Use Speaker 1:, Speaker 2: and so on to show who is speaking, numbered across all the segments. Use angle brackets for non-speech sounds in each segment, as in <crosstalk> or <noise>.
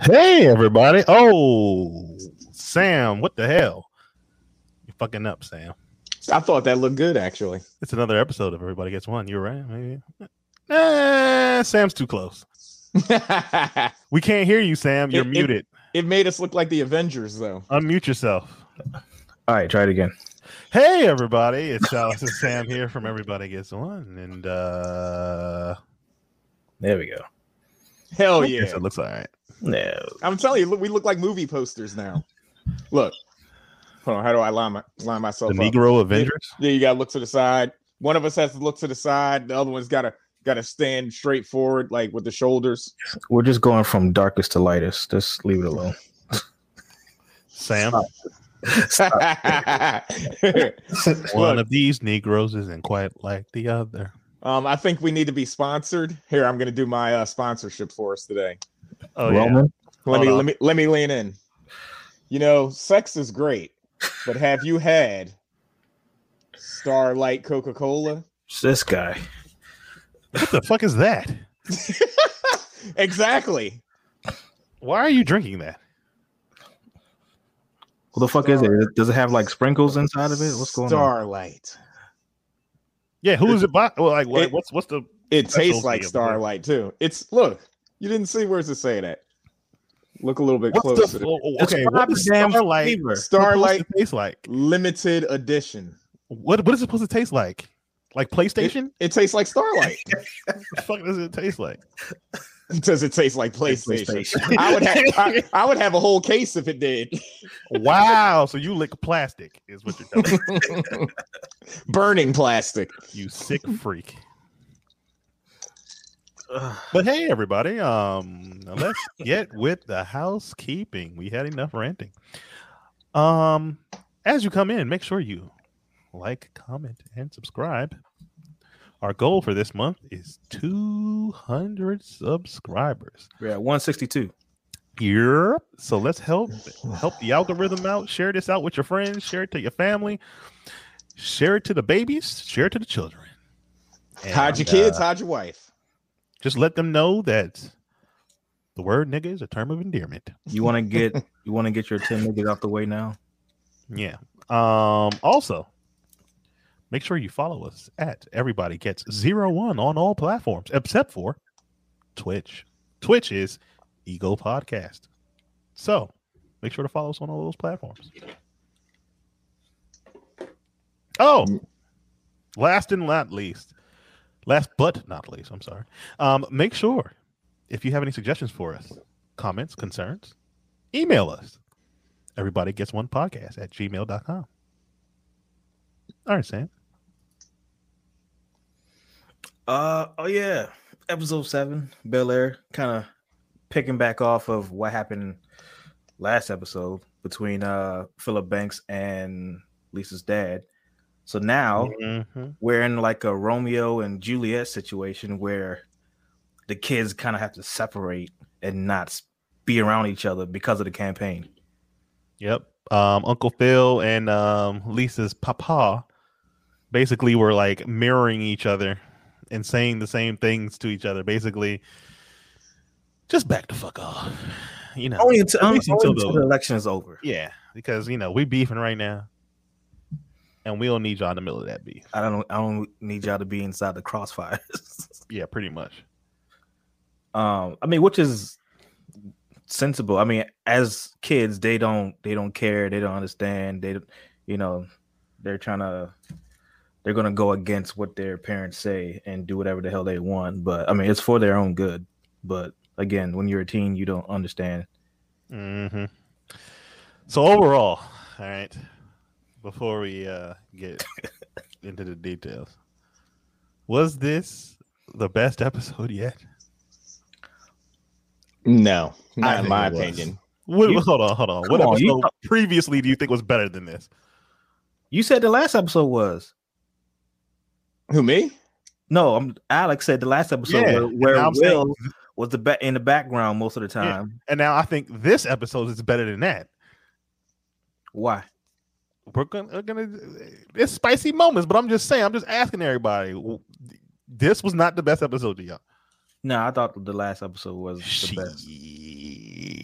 Speaker 1: Hey everybody. Oh Sam, what the hell? You're fucking up, Sam.
Speaker 2: I thought that looked good actually. <laughs>
Speaker 1: It's another episode of Everybody Gets One. You're right. Maybe. Nah, Sam's too close.
Speaker 2: it
Speaker 1: We can't hear you, Sam. You're
Speaker 2: It- it-
Speaker 1: muted.
Speaker 2: made us look like the Avengers though.
Speaker 1: Unmute yourself.
Speaker 3: All right, try it again.
Speaker 1: Hey everybody, it's Alex and Sam here from Everybody Gets One. And uh
Speaker 3: There we go.
Speaker 2: Hell
Speaker 1: I guess
Speaker 2: Oh, yeah.
Speaker 1: it looks all right.
Speaker 3: No.
Speaker 2: I'm telling you, look, we look like movie posters now. Look. Hold on, how do I line, my, line myself
Speaker 1: The
Speaker 2: up?
Speaker 1: Negro Avengers.
Speaker 2: Yeah, you gotta look to the side. One of us has to look to the side, the other one's gotta gotta stand straight forward, like with the shoulders. <laughs>
Speaker 3: We're just going from darkest to lightest. Just leave it alone.
Speaker 1: Sam,
Speaker 2: um,
Speaker 1: one
Speaker 2: Look.
Speaker 1: of these Negroes isn't quite like the other.
Speaker 2: um, I think we need to be sponsored. Here, I'm gonna do my uh, sponsorship for us today.
Speaker 1: Oh yeah.
Speaker 3: Roman,
Speaker 2: Let
Speaker 1: Hold
Speaker 2: me
Speaker 1: on.
Speaker 2: let me let me lean in. You know, sex is great, but have you had Starlight Coca Cola?
Speaker 3: it's this guy.
Speaker 1: What the fuck is that?
Speaker 2: <laughs> exactly.
Speaker 1: Why are you drinking that?
Speaker 3: What the fuck is it? Does it have like sprinkles inside of it? What's going on?
Speaker 2: Starlight.
Speaker 1: Yeah, who is it by? Well, like, what,
Speaker 2: It-
Speaker 1: what's what's the?
Speaker 2: It
Speaker 1: That's
Speaker 2: tastes
Speaker 1: also
Speaker 2: like
Speaker 1: the-
Speaker 2: Starlight too. It's look. You didn't see where's it say that. Look a little bit
Speaker 1: What's
Speaker 2: closer.
Speaker 1: the? oh, oh,
Speaker 3: It's
Speaker 1: okay,
Speaker 3: not
Speaker 1: what is
Speaker 3: the damn
Speaker 1: Starlight?
Speaker 3: flavor.
Speaker 1: Starlight
Speaker 2: Starlight
Speaker 1: taste like
Speaker 2: limited edition.
Speaker 1: what? What is it supposed to taste like? Like PlayStation?
Speaker 2: It tastes like Starlight.
Speaker 1: what the fuck does it taste like?
Speaker 2: Does it taste like PlayStation? I would have I, I would have a whole case if it did. <laughs>
Speaker 1: wow, so you lick plastic is what you're telling me.
Speaker 2: Burning plastic.
Speaker 1: you sick freak.
Speaker 3: Ugh.
Speaker 1: But hey, everybody, um, now let's get with the housekeeping. We had enough ranting. Um, as you come in, make sure you like, comment, and subscribe. Our goal for this month is 200 subscribers.
Speaker 3: <laughs> We're at 162.
Speaker 1: Yep. So let's help help the algorithm out. Share this out with your friends. Share it to your family. Share it to the babies. Share it to the children.
Speaker 2: hide your
Speaker 1: And,
Speaker 2: kids,
Speaker 1: uh,
Speaker 2: hide your wife.
Speaker 1: just let them know that the word nigga is a term of endearment.
Speaker 3: You want
Speaker 1: <laughs>
Speaker 3: to get you want to get your 10 niggas out the way now?
Speaker 1: Yeah. Um. Also, make sure you follow us at Everybody Gets Zero One on all platforms except for Twitch. Twitch is Ego Podcast. So make sure to follow us on all those platforms. Oh, last and not least, last but not least, I'm sorry. Um, make sure if you have any suggestions for us, comments, concerns, email us everybody gets one podcast at gmail.com. All right, Sam.
Speaker 3: Uh oh yeah. Episode seven, Bel Air, kind of picking back off of what happened last episode between uh Philip Banks and Lisa's dad. So now we're in like a Romeo and Juliet situation where the kids kind of have to separate and not s- be around each other because of the campaign.
Speaker 1: Yep. Um, Uncle Phil and um, Lisa's papa basically were like mirroring each other and saying the same things to each other. Basically, just back the fuck off. You know.
Speaker 3: Only until,
Speaker 1: At least
Speaker 3: only
Speaker 1: until
Speaker 3: until
Speaker 1: the-
Speaker 3: the election is over.
Speaker 1: Yeah, because you know we beefing right now, and we don't need y'all in the middle of that beef.
Speaker 3: I don't. I don't need y'all to be inside the crossfires. <laughs>
Speaker 1: Yeah, pretty much.
Speaker 3: um i mean which is sensible i mean as kids they don't they don't care they don't understand they don't you know they're trying to they're going to go against what their parents say and do whatever the hell they want but i mean it's for their own good but again when you're a teen you don't understand
Speaker 1: Mm-hmm. So overall, all right. Before we uh, get into the details, was this the best episode yet?
Speaker 2: No,
Speaker 1: I
Speaker 2: not in
Speaker 1: think
Speaker 2: my
Speaker 1: it was.
Speaker 2: opinion.
Speaker 1: What,
Speaker 3: You-
Speaker 1: hold on, hold on.
Speaker 3: Come
Speaker 1: What
Speaker 3: on,
Speaker 1: episode
Speaker 3: you-
Speaker 1: previously do you think was better than this?
Speaker 3: you said the last episode was
Speaker 2: Who me?
Speaker 3: no i'm alex said the last episode
Speaker 1: Yeah,
Speaker 3: where,
Speaker 1: and
Speaker 3: where
Speaker 1: now I'm
Speaker 3: will
Speaker 1: saying-
Speaker 3: was the ba- in the background most of the time
Speaker 1: And now I think this episode is better than that.
Speaker 3: why
Speaker 1: We're gonna, we're gonna it's spicy moments, but I'm just saying, I'm just asking everybody. w- This was not the best episode to y'all.
Speaker 3: no i thought the last episode was the best
Speaker 1: Shit.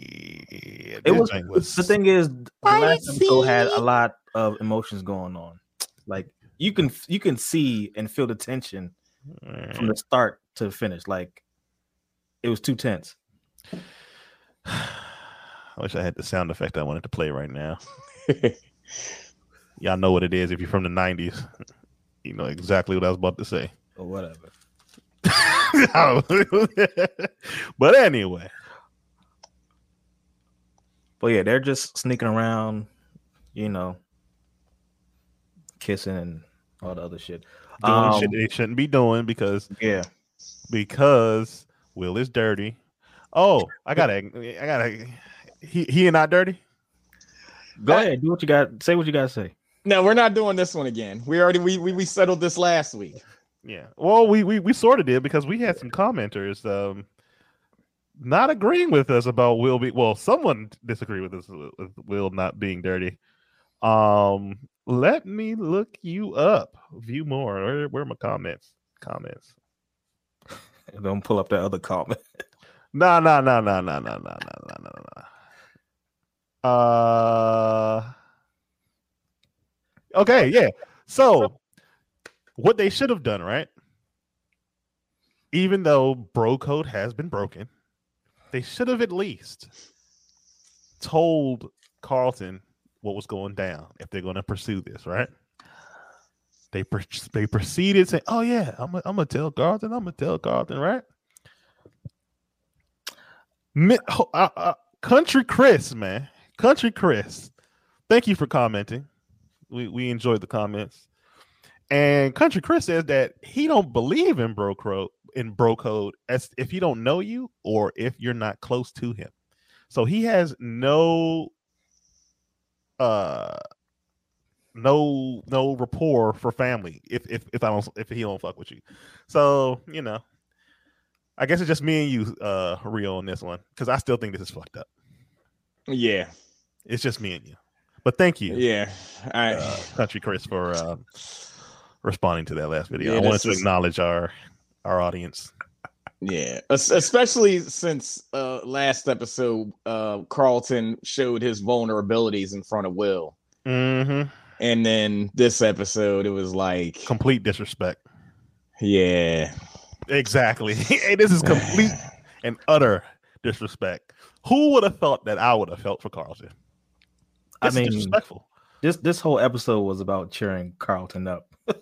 Speaker 3: It
Speaker 1: His
Speaker 3: was-
Speaker 1: thing
Speaker 3: The thing is, the
Speaker 4: I
Speaker 3: last episode
Speaker 4: see.
Speaker 3: had a lot of emotions going on. Like you can you can see and feel the tension from the start to the finish. Like it was too tense.
Speaker 1: <sighs> I wish I had the sound effect I wanted to play right now. Y'all know what it is if you're from the 90s. <laughs> You know exactly what I was about to say. <laughs>
Speaker 3: Or whatever.
Speaker 1: but anyway,
Speaker 3: But yeah, they're just sneaking around, you know, kissing and all the other shit.
Speaker 1: doing
Speaker 3: Um,
Speaker 1: shit they shouldn't be doing because
Speaker 3: Yeah.
Speaker 1: because Will is dirty. Oh, I gotta, I gotta. He he and not dirty.
Speaker 3: Go ahead, do what you got. Say what you gotta say.
Speaker 2: <laughs>
Speaker 3: <laughs>
Speaker 2: no, we're not doing this one again. We already we we, we settled this last week.
Speaker 1: Yeah. Well, we we we sort of did because we had some commenters um not agreeing with us about Will be well, someone disagreed with us uh, with Will not being dirty. Um let me look you up. View more. Where, where are my comments? Comments.
Speaker 3: Don't pull up that other comment. <laughs>
Speaker 1: Nah, nah, nah, nah, nah, nah, nah, nah, nah, nah, nah, nah. Uh okay, yeah. So what they should have done, right? Even though bro code has been broken, they should have at least told Carlton what was going down if they're going to pursue this, right? They pr- they proceeded saying, "Oh yeah, I'm gonna I'm tell Carlton, I'm gonna tell Carlton, right?" Mi- ho- uh, uh, Country Chris, man, Country Chris, thank you for commenting. We we enjoyed the comments, and Country Chris says that he don't believe in bro code in bro code as if he don't know you or if you're not close to him. So he has no uh no no rapport for family if if if I don't if he don't fuck with you. So, you know, I guess it's just me and you uh Rio on this one cuz I still think this is fucked up.
Speaker 2: Yeah,
Speaker 1: It's just me and you. But thank you
Speaker 2: yeah. I
Speaker 1: uh, country Chris for uh, responding to that last video.
Speaker 2: Yeah,
Speaker 1: I wanted
Speaker 2: this
Speaker 1: to
Speaker 2: is-
Speaker 1: acknowledge our our audience.
Speaker 2: yeah, Es- especially since uh last episode, uh Carlton showed his vulnerabilities in front of Will, Mm-hmm.
Speaker 1: Mhm.
Speaker 2: and then this episode it was like,
Speaker 1: Complete disrespect.
Speaker 2: yeah,
Speaker 1: Exactly. <laughs> Hey, this is
Speaker 2: <sighs>
Speaker 1: complete and utter disrespect. Who would have thought that I would have felt for Carlton?
Speaker 3: I
Speaker 1: This is
Speaker 3: mean-
Speaker 1: disrespectful.
Speaker 3: This this whole episode was about cheering Carlton up. <laughs>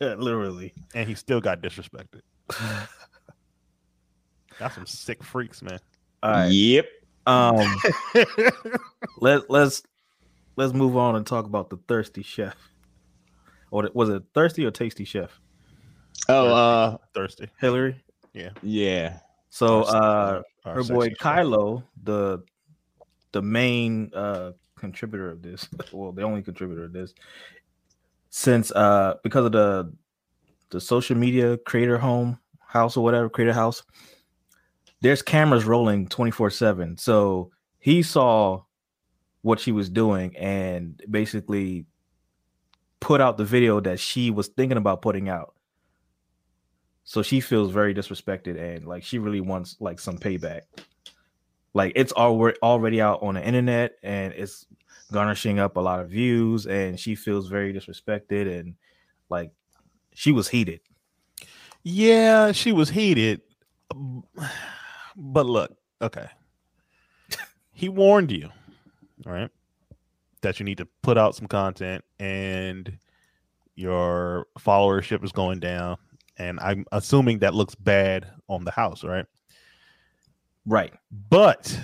Speaker 3: Yeah, Literally.
Speaker 1: And he still got
Speaker 2: <laughs>
Speaker 1: disrespected. Got some sick freaks,
Speaker 2: <laughs>
Speaker 1: man.
Speaker 3: All right.
Speaker 2: yep.
Speaker 3: Um let let's let's move on and talk about the thirsty chef. Or the- was it thirsty or tasty chef?
Speaker 2: Oh, uh,
Speaker 1: Thirsty.
Speaker 3: Hillary.
Speaker 2: yeah,
Speaker 3: So
Speaker 1: Thirsty.
Speaker 3: uh
Speaker 1: Our
Speaker 3: her
Speaker 1: sexy
Speaker 3: boy
Speaker 1: chef.
Speaker 3: Kylo, the the main uh contributor of this, well, the only contributor of this, since uh because of the the social media creator home house or whatever creator house, there's cameras rolling twenty four seven. So he saw what she was doing and basically put out the video that she was thinking about putting out. So she feels very disrespected and like she really wants like some payback. Like it's already already out on the internet and it's garnishing up a lot of views and she feels very disrespected and like she was heated.
Speaker 1: Yeah, she was heated. But look, okay. He warned you, right? That you need to put out some content and your followership is going down. And I'm assuming that looks bad on the house, right?
Speaker 3: Right.
Speaker 1: But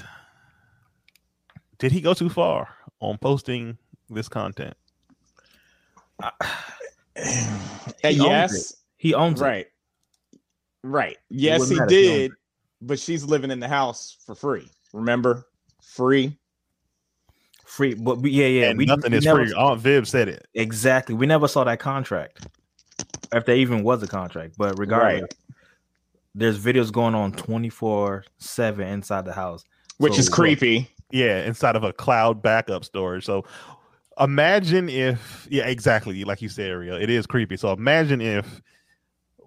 Speaker 1: did he go too far on posting this content?
Speaker 2: And
Speaker 3: owns
Speaker 2: yes,
Speaker 3: He owns it.
Speaker 2: right, right. Yes,
Speaker 3: wouldn't
Speaker 2: he
Speaker 3: matter if he owned
Speaker 2: did, but she's living in the house for free. Remember, free.
Speaker 3: Free but we, yeah, yeah.
Speaker 1: and
Speaker 3: we,
Speaker 1: nothing
Speaker 3: we
Speaker 1: is
Speaker 3: never-
Speaker 1: free. Aunt Viv said it.
Speaker 3: Exactly. We never saw that contract. If there even was a contract. But regardless,
Speaker 2: Right.
Speaker 3: there's videos going on 24-7 inside the house.
Speaker 2: Which
Speaker 3: So
Speaker 2: is
Speaker 3: what-
Speaker 2: creepy.
Speaker 1: Yeah, inside of a cloud backup storage. So imagine if yeah, exactly like you said, Ariel. It is creepy. So imagine if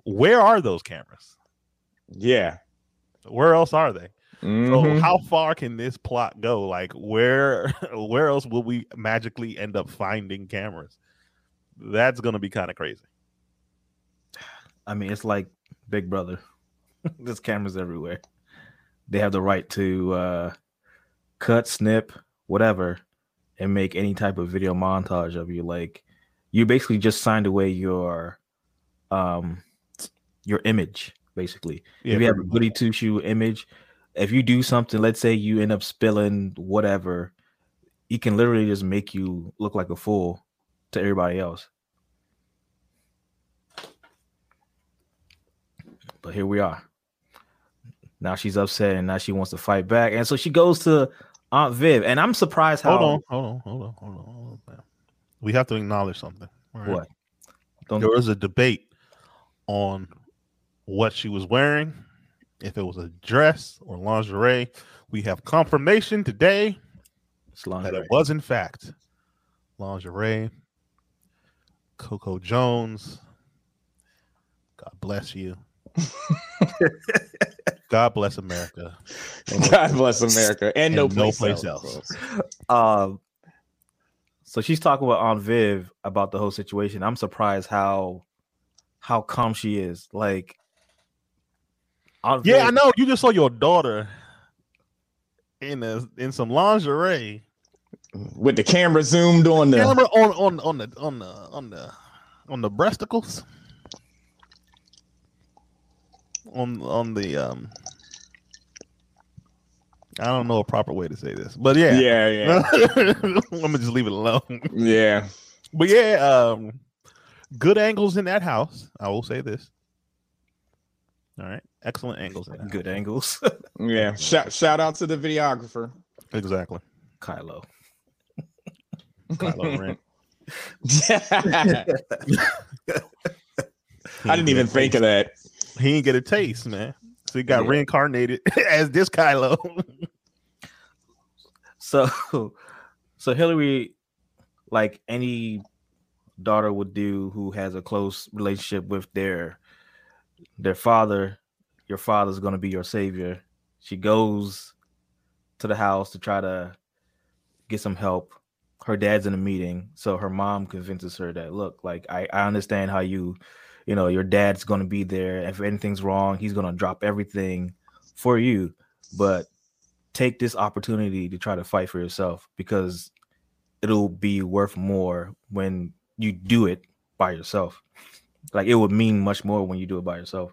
Speaker 1: where are those cameras?
Speaker 2: Yeah.
Speaker 1: Where else are they? So
Speaker 3: Mm-hmm.
Speaker 2: Mhm.
Speaker 1: how far can this plot go? Like where <laughs> where else will we magically end up finding cameras? That's gonna be kind of crazy.
Speaker 3: I mean, it's like Big Brother. <laughs> There's cameras everywhere. They have the right to uh, cut, snip, whatever, and make any type of video montage of you. Like you basically just signed away your um your image, basically. if you have a
Speaker 1: pretty much.
Speaker 3: goody two shoe image, if you do something, let's say you end up spilling whatever, it can literally just make you look like a fool to everybody else. But here we are. Now she's upset and now she wants to fight back. And so she goes to Aunt Viv. And I'm surprised how
Speaker 1: hold on, hold on, hold on, hold on, hold on. We have to acknowledge something. all right?
Speaker 3: what? Don't
Speaker 1: There was a debate on what she was wearing, if it was a dress or lingerie. We have confirmation today
Speaker 3: it's lingerie.
Speaker 1: that it was in fact lingerie. Coco Jones, God bless
Speaker 3: <laughs>
Speaker 1: you. God bless America.
Speaker 2: <laughs> God bless America and, no,
Speaker 1: And no
Speaker 2: place
Speaker 1: place
Speaker 2: else.
Speaker 1: else.
Speaker 3: Um, so she's talking with Aunt Viv about the whole situation. I'm surprised how how calm she is. Like, Aunt
Speaker 1: Yeah, I
Speaker 3: Viv-
Speaker 1: know. You just saw your daughter in a, in some lingerie.
Speaker 2: With the camera zoomed on the
Speaker 1: Camera on on on the on the on the on the breasticles. On on the um I don't know a proper way to say this. But yeah.
Speaker 2: yeah, yeah,
Speaker 3: <laughs>
Speaker 1: <laughs> I'm gonna just leave it alone. <laughs>
Speaker 2: yeah.
Speaker 1: But yeah, um good angles in that house. I will say this. All right. Excellent angles in that.
Speaker 3: good angles, <laughs>
Speaker 2: Yeah. Shout shout out to the videographer. <laughs>
Speaker 1: Exactly.
Speaker 3: Kylo.
Speaker 1: Kylo Ren.
Speaker 2: I didn't even think of
Speaker 3: <laughs>
Speaker 2: that. <laughs>
Speaker 1: He didn't get a taste, man. So he got
Speaker 2: Yeah.
Speaker 1: reincarnated <laughs> as this Kylo.
Speaker 3: So, <laughs> so Hillary, like any daughter would do, who has a close relationship with their their father, your father's going to be your savior. She goes to the house to try to get some help. Her dad's in a meeting, so her mom convinces her that look, like I, I understand how you, you know, your dad's going to be there. If anything's wrong, he's going to drop everything for you. But take this opportunity to try to fight for yourself because it'll be worth more when you do it by yourself. Like it would mean much more when you do it by yourself.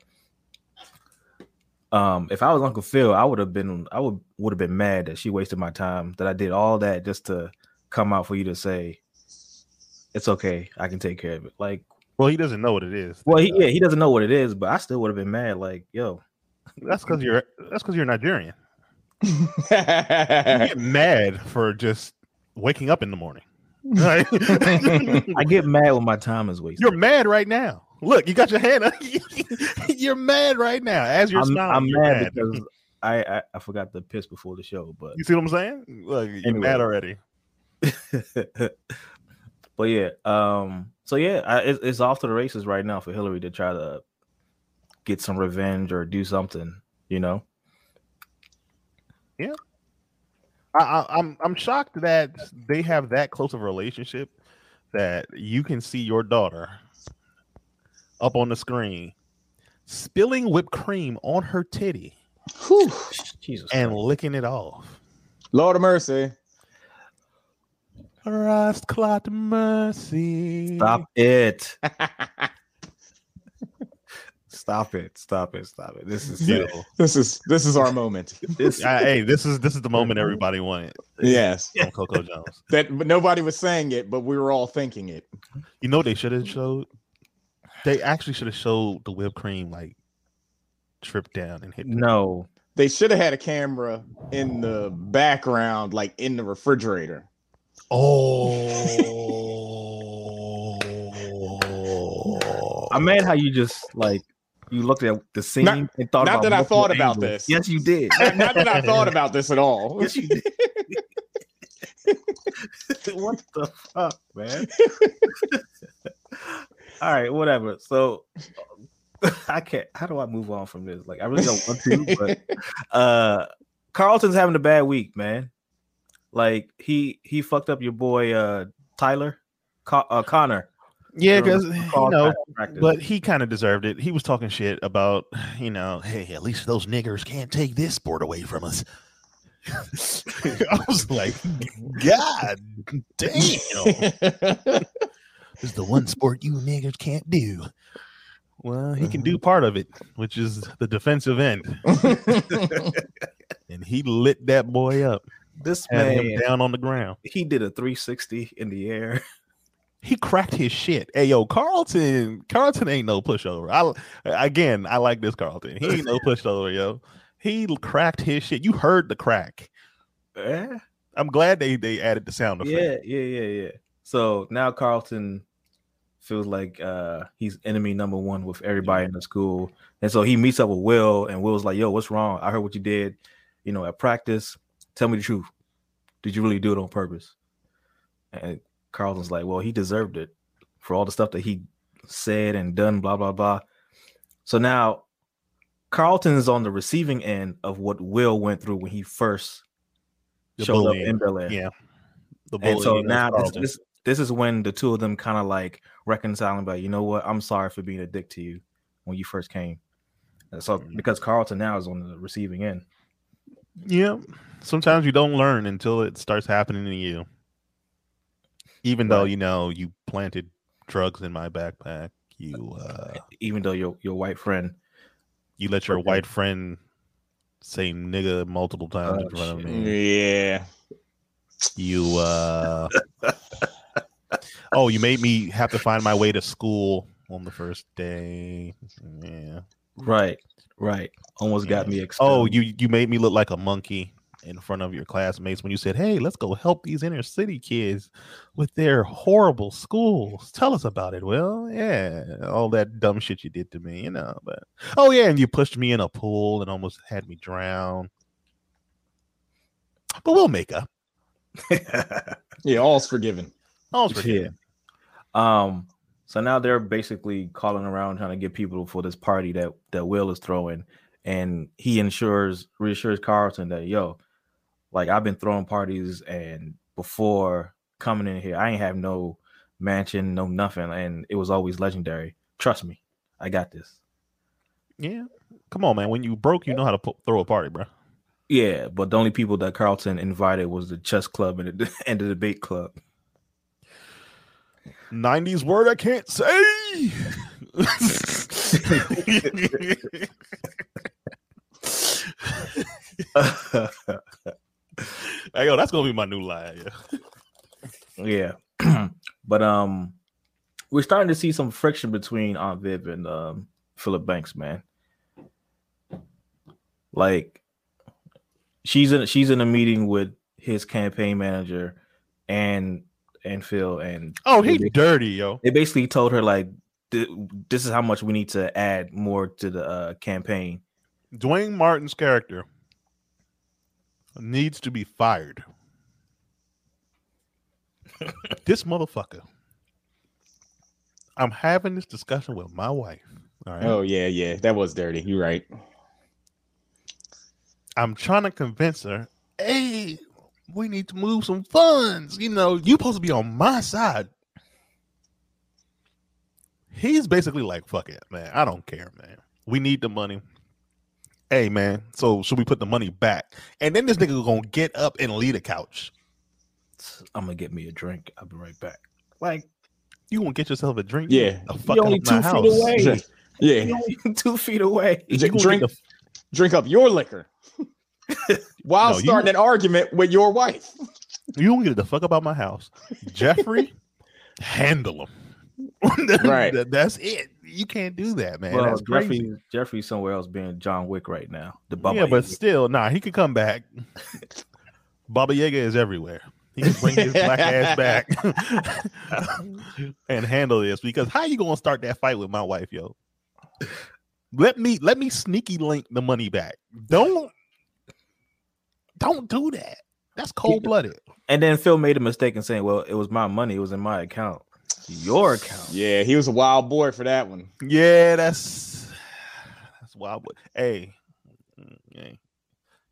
Speaker 3: Um, if I was Uncle Phil, I would have been I would would have been mad that she wasted my time, that I did all that just to come out for you to say it's okay, I can take care of it. Like, uh,
Speaker 1: well, he doesn't know what it is.
Speaker 3: well, he, yeah, he doesn't know what it is, but I still would have been mad. Like, yo,
Speaker 1: That's because you're that's because you're Nigerian. You get mad for just waking up in the morning. <laughs> Like,
Speaker 3: I get mad when my time is wasted.
Speaker 1: you're mad right now. Look, you got your hand up. <laughs> you're mad right now. As you're
Speaker 3: I'm,
Speaker 1: smiling,
Speaker 3: I'm
Speaker 1: you're
Speaker 3: mad,
Speaker 2: <laughs>
Speaker 3: because I, I I forgot to piss before the show,
Speaker 1: you see what I'm saying? Look, you're
Speaker 3: Anyway.
Speaker 1: mad already.
Speaker 3: but <laughs> but yeah, um, so yeah, I, it's, it's off to the races right now for Hillary to try to get some revenge or do something, you know.
Speaker 1: I, I, I'm I'm shocked that they have that close of a relationship that you can see your daughter up on the screen spilling whipped cream on her titty
Speaker 2: Whew.
Speaker 3: Jesus,
Speaker 1: and
Speaker 3: Christ.
Speaker 1: licking it off.
Speaker 2: Lord of mercy. <laughs>
Speaker 1: Rust clot mercy.
Speaker 3: stop
Speaker 2: <laughs>
Speaker 3: it, stop it, stop it, stop it. This
Speaker 2: <laughs>
Speaker 3: is
Speaker 2: Yeah.
Speaker 3: terrible.
Speaker 2: this is this
Speaker 1: <laughs>
Speaker 2: is our moment. <laughs>
Speaker 3: this.
Speaker 1: Uh, hey, this is this is the
Speaker 3: <laughs>
Speaker 1: moment everybody wanted
Speaker 2: Yes.
Speaker 1: from Coco Jones.
Speaker 2: That but nobody was saying it, but we were all thinking it.
Speaker 1: You know what they should have showed? They actually should have showed the whipped cream like trip down and hit.
Speaker 3: No,
Speaker 2: They should have had a camera in the background, like in the refrigerator.
Speaker 1: Oh.
Speaker 3: I'm mad how you just like you looked at the scene
Speaker 2: Not-
Speaker 3: and thought.
Speaker 2: not
Speaker 3: about
Speaker 2: that I
Speaker 3: multiple
Speaker 2: thought about
Speaker 3: angles.
Speaker 2: this.
Speaker 3: Yes, you did.
Speaker 2: <laughs> Not that I thought about this at all.
Speaker 1: <laughs>
Speaker 3: Yes, you did. <laughs> what the fuck, man? <laughs> All right, whatever. So um, <laughs> <laughs>
Speaker 2: <laughs>
Speaker 3: I can't. How do I move on from this? Like, I really don't want to, but uh, Carlton's having a bad week, man. Like he he fucked up your boy uh Tyler Co- uh, Connor.
Speaker 1: Yeah,
Speaker 3: during
Speaker 1: because you
Speaker 3: cross
Speaker 1: know,
Speaker 3: practice.
Speaker 1: but he kind of deserved it. He was talking shit about, you know, hey, at least those niggers can't take this sport away from us. <laughs> I was like, God damn, this is the one sport you niggers can't do. Uh-huh. Well, he can do part of it, which is the defensive end, and he lit that boy up,
Speaker 3: this
Speaker 1: had
Speaker 3: man
Speaker 1: him down on the ground.
Speaker 3: he did a 360 in the air. <laughs>
Speaker 1: he cracked his shit. Hey yo, Carlton, Carlton ain't no pushover. I again, I like this Carlton. He
Speaker 3: <laughs>
Speaker 1: ain't no pushover, yo. He l- cracked his shit. You heard the crack.
Speaker 3: yeah,
Speaker 1: I'm glad they they added the sound effect.
Speaker 3: yeah, yeah, yeah, yeah. So now Carlton feels like uh he's enemy number one with everybody in the school. And so he meets up with Will and Will's like, yo, what's wrong? I heard what you did, you know, at practice. Tell me the truth. Did you really do it on purpose? And Carlton's like, well, he deserved it for all the stuff that he said and done, blah, blah, blah. So now Carlton is on the receiving end of what Will went through when he first
Speaker 1: The
Speaker 3: showed
Speaker 1: bullying.
Speaker 3: up in Bel Air.
Speaker 1: Yeah. The
Speaker 3: And so
Speaker 1: bullying of
Speaker 3: now this,
Speaker 1: Carlton.
Speaker 3: this this is when the two of them kind of like reconciling, but you know what? I'm sorry for being a dick to you when you first came. And so
Speaker 1: Mhm.
Speaker 3: because Carlton now is on the receiving end.
Speaker 1: yeah. Sometimes you don't learn until it starts happening to you. Even though
Speaker 3: Right.
Speaker 1: you know you planted drugs in my backpack, you uh
Speaker 3: Even though your your white friend,
Speaker 1: you let your
Speaker 3: Okay.
Speaker 1: white friend say nigga multiple times
Speaker 3: Oh,
Speaker 1: in front of
Speaker 3: shit.
Speaker 1: me.
Speaker 2: yeah.
Speaker 1: you uh oh you made me have to find my way to school on the first day yeah
Speaker 3: right, right, almost got me.
Speaker 1: Mm. oh
Speaker 3: <laughs> expelled.
Speaker 1: you you made me look like a monkey in front of your classmates when you said hey let's go help these inner city kids with their horrible schools tell us about it well yeah all that dumb shit you did to me you know but oh yeah and you pushed me in a pool and almost had me drown but we'll make up
Speaker 2: Yeah, all's forgiven.
Speaker 1: all's forgiven
Speaker 3: Um, so now they're basically calling around trying to get people for this party that that Will is throwing, and he ensures reassures Carlton that yo, like I've been throwing parties and before coming in here, I ain't have no mansion, no nothing, and it was always legendary. Trust me, I got this.
Speaker 1: Yeah. Come on, man. When you broke, you know how to pu- throw a party, bro.
Speaker 3: Yeah, but the only people that Carlton invited was the chess club and the, <laughs> and the debate club.
Speaker 1: 90s word I can't say. <laughs> hey, yo, that's going to be my new line. Yeah.
Speaker 3: Yeah. <clears throat> but um we're starting to see some friction between Aunt Viv and um Philip Banks, man. Like she's in she's in a meeting with his campaign manager and and Phil and
Speaker 1: Oh, he dirty, yo.
Speaker 3: they basically told her like th- this is how much we need to add more to the uh, campaign.
Speaker 1: Dwayne Martin's character needs to be fired. this motherfucker. I'm having this discussion with my wife. All right.
Speaker 2: Oh yeah, yeah. That was dirty. You're right.
Speaker 1: I'm trying to convince her, hey, we need to move some funds. You know, you supposed to be on my side. He's basically like, fuck it, man. I don't care, man. We need the money. Hey, man. So should we put the money back? And then this nigga gonna get up and leave the couch.
Speaker 3: I'm gonna get me a drink. I'll be right back. Like <laughs>
Speaker 1: You gonna get yourself a drink?
Speaker 2: Yeah.
Speaker 1: The fuck
Speaker 3: you're only
Speaker 1: out of my
Speaker 3: two
Speaker 1: house.
Speaker 3: feet
Speaker 1: <laughs>
Speaker 3: away.
Speaker 2: <laughs> Yeah.
Speaker 3: You're only two feet away.
Speaker 1: You gonna get
Speaker 2: Drink
Speaker 1: the
Speaker 2: drink up
Speaker 1: <laughs>
Speaker 2: your liquor while
Speaker 1: No, you-
Speaker 2: starting an argument with your wife.
Speaker 1: You don't get the fuck about my house. Jeffrey, <laughs> handle him.
Speaker 2: Right.
Speaker 1: That's it. You can't do that, man.
Speaker 3: well,
Speaker 1: That's crazy.
Speaker 3: Jeffrey, Jeffrey's somewhere else being John Wick right now. The Bubba
Speaker 1: yeah, but
Speaker 3: Yaga.
Speaker 1: still, nah, he could come
Speaker 3: <laughs>
Speaker 1: back. Baba Yaga is everywhere. He can bring his black ass back <laughs> and handle this because how you gonna start that fight with my wife, yo? Let me let me sneaky link the money back. Don't don't do that. That's cold blooded.
Speaker 3: and then Phil made a mistake in saying, "Well, it was my money. It was in my account, your account."
Speaker 2: Yeah, he was a wild boy for that one. <laughs>
Speaker 1: Yeah, that's that's wild. But hey, mm, hey,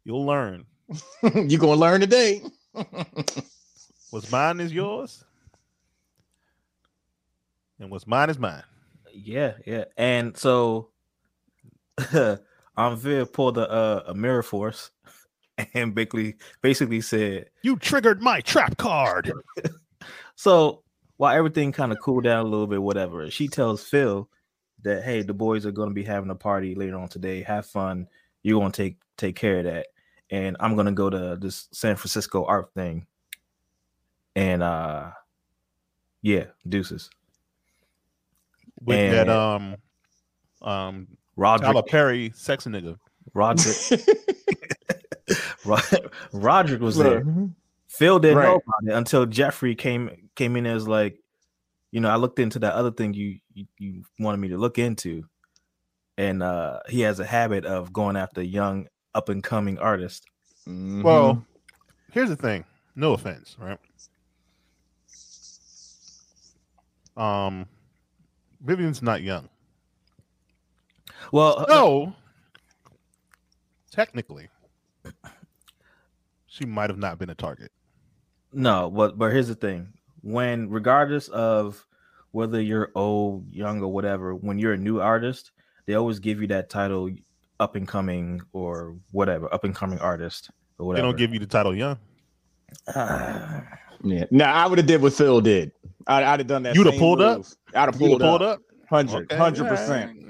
Speaker 1: You'll learn.
Speaker 2: you gonna learn today.
Speaker 1: What's mine is yours, and what's mine is mine.
Speaker 3: Yeah, yeah. And so <laughs> Anvil pulled a, uh, a mirror force <laughs> and basically basically said,
Speaker 1: You triggered my trap card.
Speaker 3: so while everything kind of cooled down a little bit, whatever, she tells Phil that hey, the boys are gonna be having a party later on today. Have fun. You're gonna take take care of that. And I'm gonna go to this San Francisco art thing. And uh yeah, deuces.
Speaker 1: With
Speaker 3: And-
Speaker 1: that um um
Speaker 3: Roderick
Speaker 1: Tyler Perry sex nigga.
Speaker 3: Roderick
Speaker 1: <laughs>
Speaker 3: Rod- <laughs> Roderick was there.
Speaker 2: Look,
Speaker 3: Phil didn't know
Speaker 2: Right.
Speaker 3: about it until Jeffrey came came in as like, you know, I looked into that other thing you you, you wanted me to look into, and uh he has a habit of going after young up and coming artists.
Speaker 2: mhm.
Speaker 1: Well, here's the thing. No offense, right? Um Vivian's not young.
Speaker 3: Well, uh,
Speaker 1: No. Technically, she might have not been a target.
Speaker 3: no, but but here's the thing: when regardless of whether you're old, young, or whatever, when you're a new artist, they always give you that title, up and coming or whatever, up and coming artist or
Speaker 1: They
Speaker 3: whatever.
Speaker 1: don't give you the title young.
Speaker 3: Ah. <sighs>
Speaker 2: yeah. Nah, I would have did what Phil did. I, I'd have done that.
Speaker 1: You'd have
Speaker 2: same
Speaker 1: pulled up?
Speaker 2: move. I'd have
Speaker 1: You
Speaker 2: pulled,
Speaker 1: pulled up.
Speaker 2: up. Hundred,
Speaker 1: Okay,
Speaker 2: hundred
Speaker 1: all right.
Speaker 2: percent. <laughs>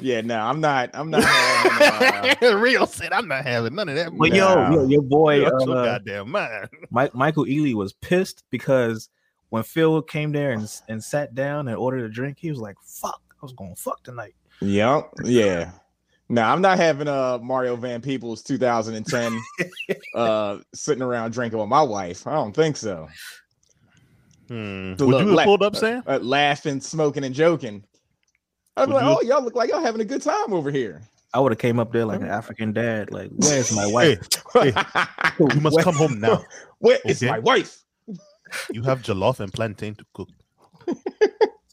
Speaker 2: Yeah, no, I'm not. I'm not. having,
Speaker 1: <laughs>
Speaker 2: uh,
Speaker 1: Real said, I'm not having none of that.
Speaker 3: But
Speaker 1: man.
Speaker 2: Nah.
Speaker 3: yo, yo, your boy
Speaker 1: You're out your
Speaker 3: uh,
Speaker 1: goddamn mind.
Speaker 3: Mi- Michael Ealy was pissed because when Phil came there and s- and sat down and ordered a drink, he was like, "Fuck, I was going to fuck tonight."
Speaker 2: Yep. Yeah. No, I'm not having uh Mario Van Peebles 2010 uh sitting around drinking with my wife. I don't think so.
Speaker 1: Hmm.
Speaker 2: So
Speaker 1: Would
Speaker 2: look,
Speaker 1: you have
Speaker 2: let-
Speaker 1: pulled up, Sam?
Speaker 2: Uh, laughing, smoking, and joking. I'm
Speaker 1: Would
Speaker 2: like,
Speaker 1: you-
Speaker 2: oh, y'all look like y'all having a good time over here.
Speaker 3: I would have came up there like an African dad, like, "Where's my wife?"
Speaker 2: <laughs>
Speaker 1: Hey. You must
Speaker 3: Where-
Speaker 1: come home now.
Speaker 2: Where is
Speaker 1: Okay.
Speaker 2: my wife?
Speaker 1: You have jollof and plantain to
Speaker 2: <laughs>
Speaker 1: cook.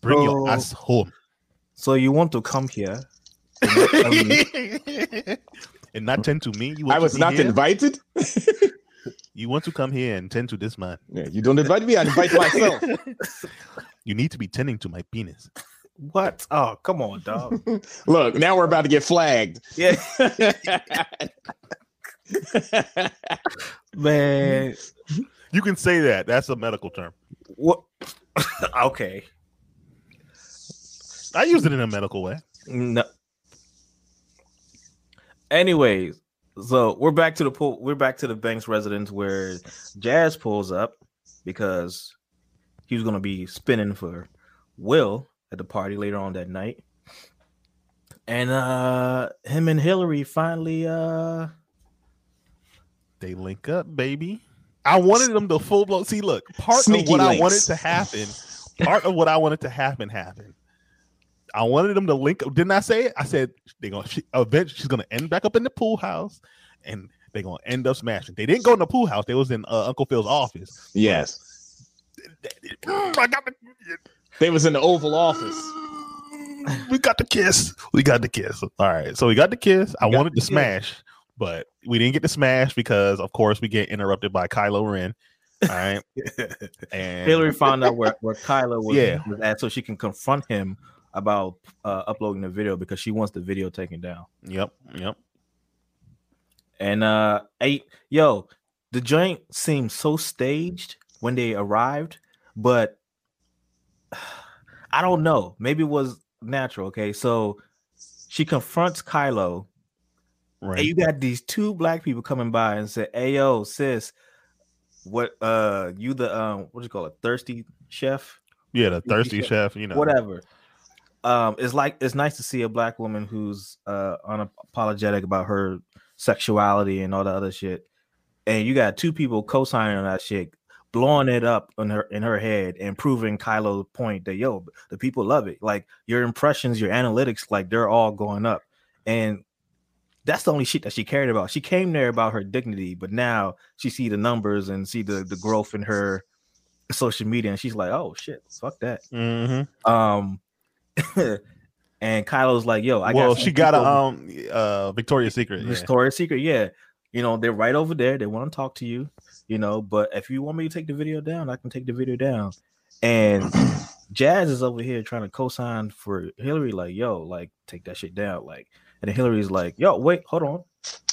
Speaker 1: Bring your
Speaker 3: So-
Speaker 1: ass home.
Speaker 3: So you want to come here?
Speaker 1: and not tend to me. You want
Speaker 2: I
Speaker 1: to
Speaker 2: was
Speaker 1: be
Speaker 2: not
Speaker 1: here?
Speaker 2: invited.
Speaker 1: You want to come here and tend to this man.
Speaker 2: Yeah, you don't invite me, I invite
Speaker 1: <laughs>
Speaker 2: myself.
Speaker 1: You need to be tending to my penis.
Speaker 3: <laughs> What? Oh, come on, dog.
Speaker 2: Look, now we're about to get flagged.
Speaker 1: <laughs>
Speaker 3: yeah, <laughs> man.
Speaker 1: You can say that. That's a medical term.
Speaker 3: What? <laughs> okay.
Speaker 1: I use it in a medical way.
Speaker 3: No. Anyways, so we're back to the pool. We're back to the Banks residence where Jazz pulls up because he was gonna be spinning for Will at the party later on that night. And uh him and Hillary finally uh
Speaker 1: They link up, baby. I wanted them to full blown. See, look, part
Speaker 2: Sneaky
Speaker 1: of what I
Speaker 2: links.
Speaker 1: wanted to happen, part of what I wanted to happen happened. I wanted them to link up. Didn't I say it? I said they gonna she, eventually she's gonna end back up in the pool house, and they gonna end up smashing. They didn't go in the pool house. They was in uh, Uncle Phil's office.
Speaker 2: yes.
Speaker 1: Mm, <gasps> I got the,
Speaker 2: They was in the Oval Office.
Speaker 1: <laughs> we got the kiss. We got the kiss. All right, so we got the kiss. I
Speaker 3: We got
Speaker 1: wanted
Speaker 3: the
Speaker 1: to
Speaker 3: kiss.
Speaker 1: smash, but we didn't get to smash because, of course, we get interrupted by Kylo Ren. All
Speaker 3: <laughs>
Speaker 1: right, and
Speaker 3: Hillary found out where, where Kyla was,
Speaker 1: Yeah.
Speaker 3: was at so she can confront him about uh uploading the video because she wants the video taken down.
Speaker 1: Yep, yep.
Speaker 3: And uh eight yo, the joint seemed so staged when they arrived, but I don't know. Maybe it was natural. Okay, so she confronts Kylo,
Speaker 1: Right.
Speaker 3: and you got these two black people coming by and say, Hey yo, sis, what uh you the um what do you call it, thirsty chef?
Speaker 1: yeah, the
Speaker 3: Yeah.
Speaker 1: thirsty chef. You know.
Speaker 3: Whatever. Um, it's like it's nice to see a black woman who's uh unapologetic about her sexuality and all that other shit. And you got two people co-signing on that shit, blowing it up on her in her head and proving Kylo's point that yo, the people love it. Like your impressions, your analytics, like they're all going up. And that's the only shit that she cared about. She came there about her dignity, but now she see the numbers and see the the growth in her social media, and she's like, oh shit, fuck that.
Speaker 1: Mhm.
Speaker 3: Um, <laughs> and Kylo's like, "Yo, I
Speaker 1: well,
Speaker 3: got
Speaker 1: she got a um uh Victoria's Secret. yeah.
Speaker 3: Victoria's Secret, yeah." You know, they're right over there. They want to talk to you, you know, but if you want me to take the video down, I can take the video down.
Speaker 2: <clears throat>
Speaker 3: And Jazz is over here trying to co-sign for Hillary, like, yo, like, take that shit down. Like, and then Hillary's like, yo, wait, hold on.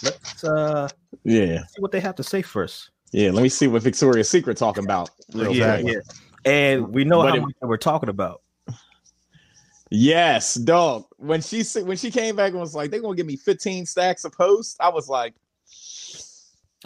Speaker 3: Let's uh
Speaker 2: Yeah.
Speaker 3: see what they have to say first.
Speaker 2: Yeah. Let me see what Victoria's Secret talking about. Real
Speaker 1: Yeah,
Speaker 2: quick.
Speaker 3: And we know
Speaker 2: But
Speaker 3: how
Speaker 2: it-
Speaker 3: much that we're talking about.
Speaker 2: Yes, dog. When she s- when she came back and was like, "They gonna give me 15 stacks of posts," I was like,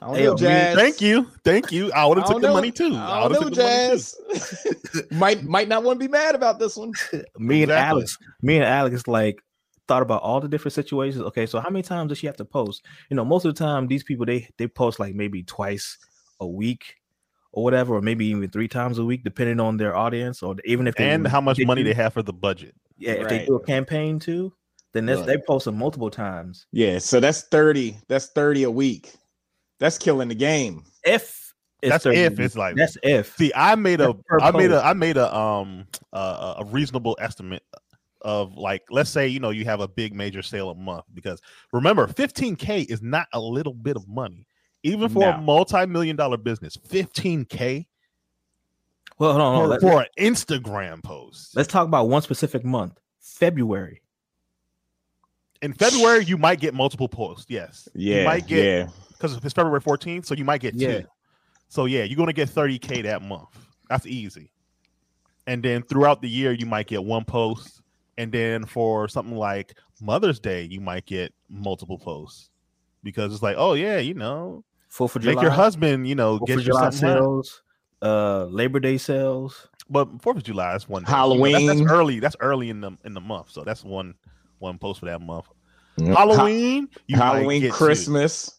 Speaker 2: "I don't
Speaker 3: Hey,
Speaker 2: know,
Speaker 3: we-
Speaker 2: Jazz.
Speaker 1: Thank you, thank you. I would
Speaker 2: I
Speaker 1: have took
Speaker 2: don't
Speaker 1: the
Speaker 2: know.
Speaker 1: money too.
Speaker 2: I
Speaker 1: would've took
Speaker 2: don't know,
Speaker 1: the money, too.
Speaker 2: Jazz. <laughs> might might not want to be mad about this one.
Speaker 3: Me and
Speaker 1: Exactly.
Speaker 3: Alex, me and Alex like thought about all the different situations. Okay, so how many times does she have to post? You know, most of the time these people they they post like maybe twice a week or whatever, or maybe even three times a week, depending on their audience, or even if they
Speaker 1: And how much
Speaker 3: Did
Speaker 1: money
Speaker 3: you-
Speaker 1: they have for the budget?
Speaker 3: yeah, if they
Speaker 2: Right.
Speaker 3: do a campaign too, then that's,
Speaker 2: Look.
Speaker 3: they post them multiple times.
Speaker 2: Yeah, so that's 30. That's 30 a week. That's killing the game.
Speaker 3: If it's
Speaker 1: That's
Speaker 3: 30
Speaker 1: if it's like
Speaker 3: that's if
Speaker 1: See, I made a,
Speaker 3: Per
Speaker 1: I made
Speaker 3: post.
Speaker 1: a, I made a, um, uh, a reasonable estimate of like, let's say you know you have a big major sale a month because remember, 15k is not a little bit of money, even for a
Speaker 2: No.
Speaker 1: multi-million dollar business. 15k
Speaker 3: well, hold on, hold on.
Speaker 1: for,
Speaker 3: Let-
Speaker 1: for an Instagram post
Speaker 3: let's talk about one specific month, February.
Speaker 1: in February, you might get multiple posts. Yes,
Speaker 2: Yeah,
Speaker 1: you might get
Speaker 2: yeah.
Speaker 1: because it's February 14th, so you might get
Speaker 3: Yeah.
Speaker 1: two. So yeah, you're gonna get 30k that month. That's easy. And then throughout the year, you might get one post. And then for something like Mother's Day, you might get multiple posts because it's like, oh yeah, you know,
Speaker 3: Fourth of
Speaker 1: make
Speaker 3: July,
Speaker 1: your husband, you know,
Speaker 3: Fourth
Speaker 1: get
Speaker 3: of
Speaker 1: you
Speaker 3: July
Speaker 1: something. out.
Speaker 3: sales, uh, Labor Day sales.
Speaker 1: But Fourth of July is one. day. You know, that's,
Speaker 2: Halloween.
Speaker 1: that's early. That's early in the in the month, so that's one one post for that month.
Speaker 2: Yep.
Speaker 1: Halloween, you might
Speaker 2: Halloween,
Speaker 1: get two.
Speaker 2: Christmas,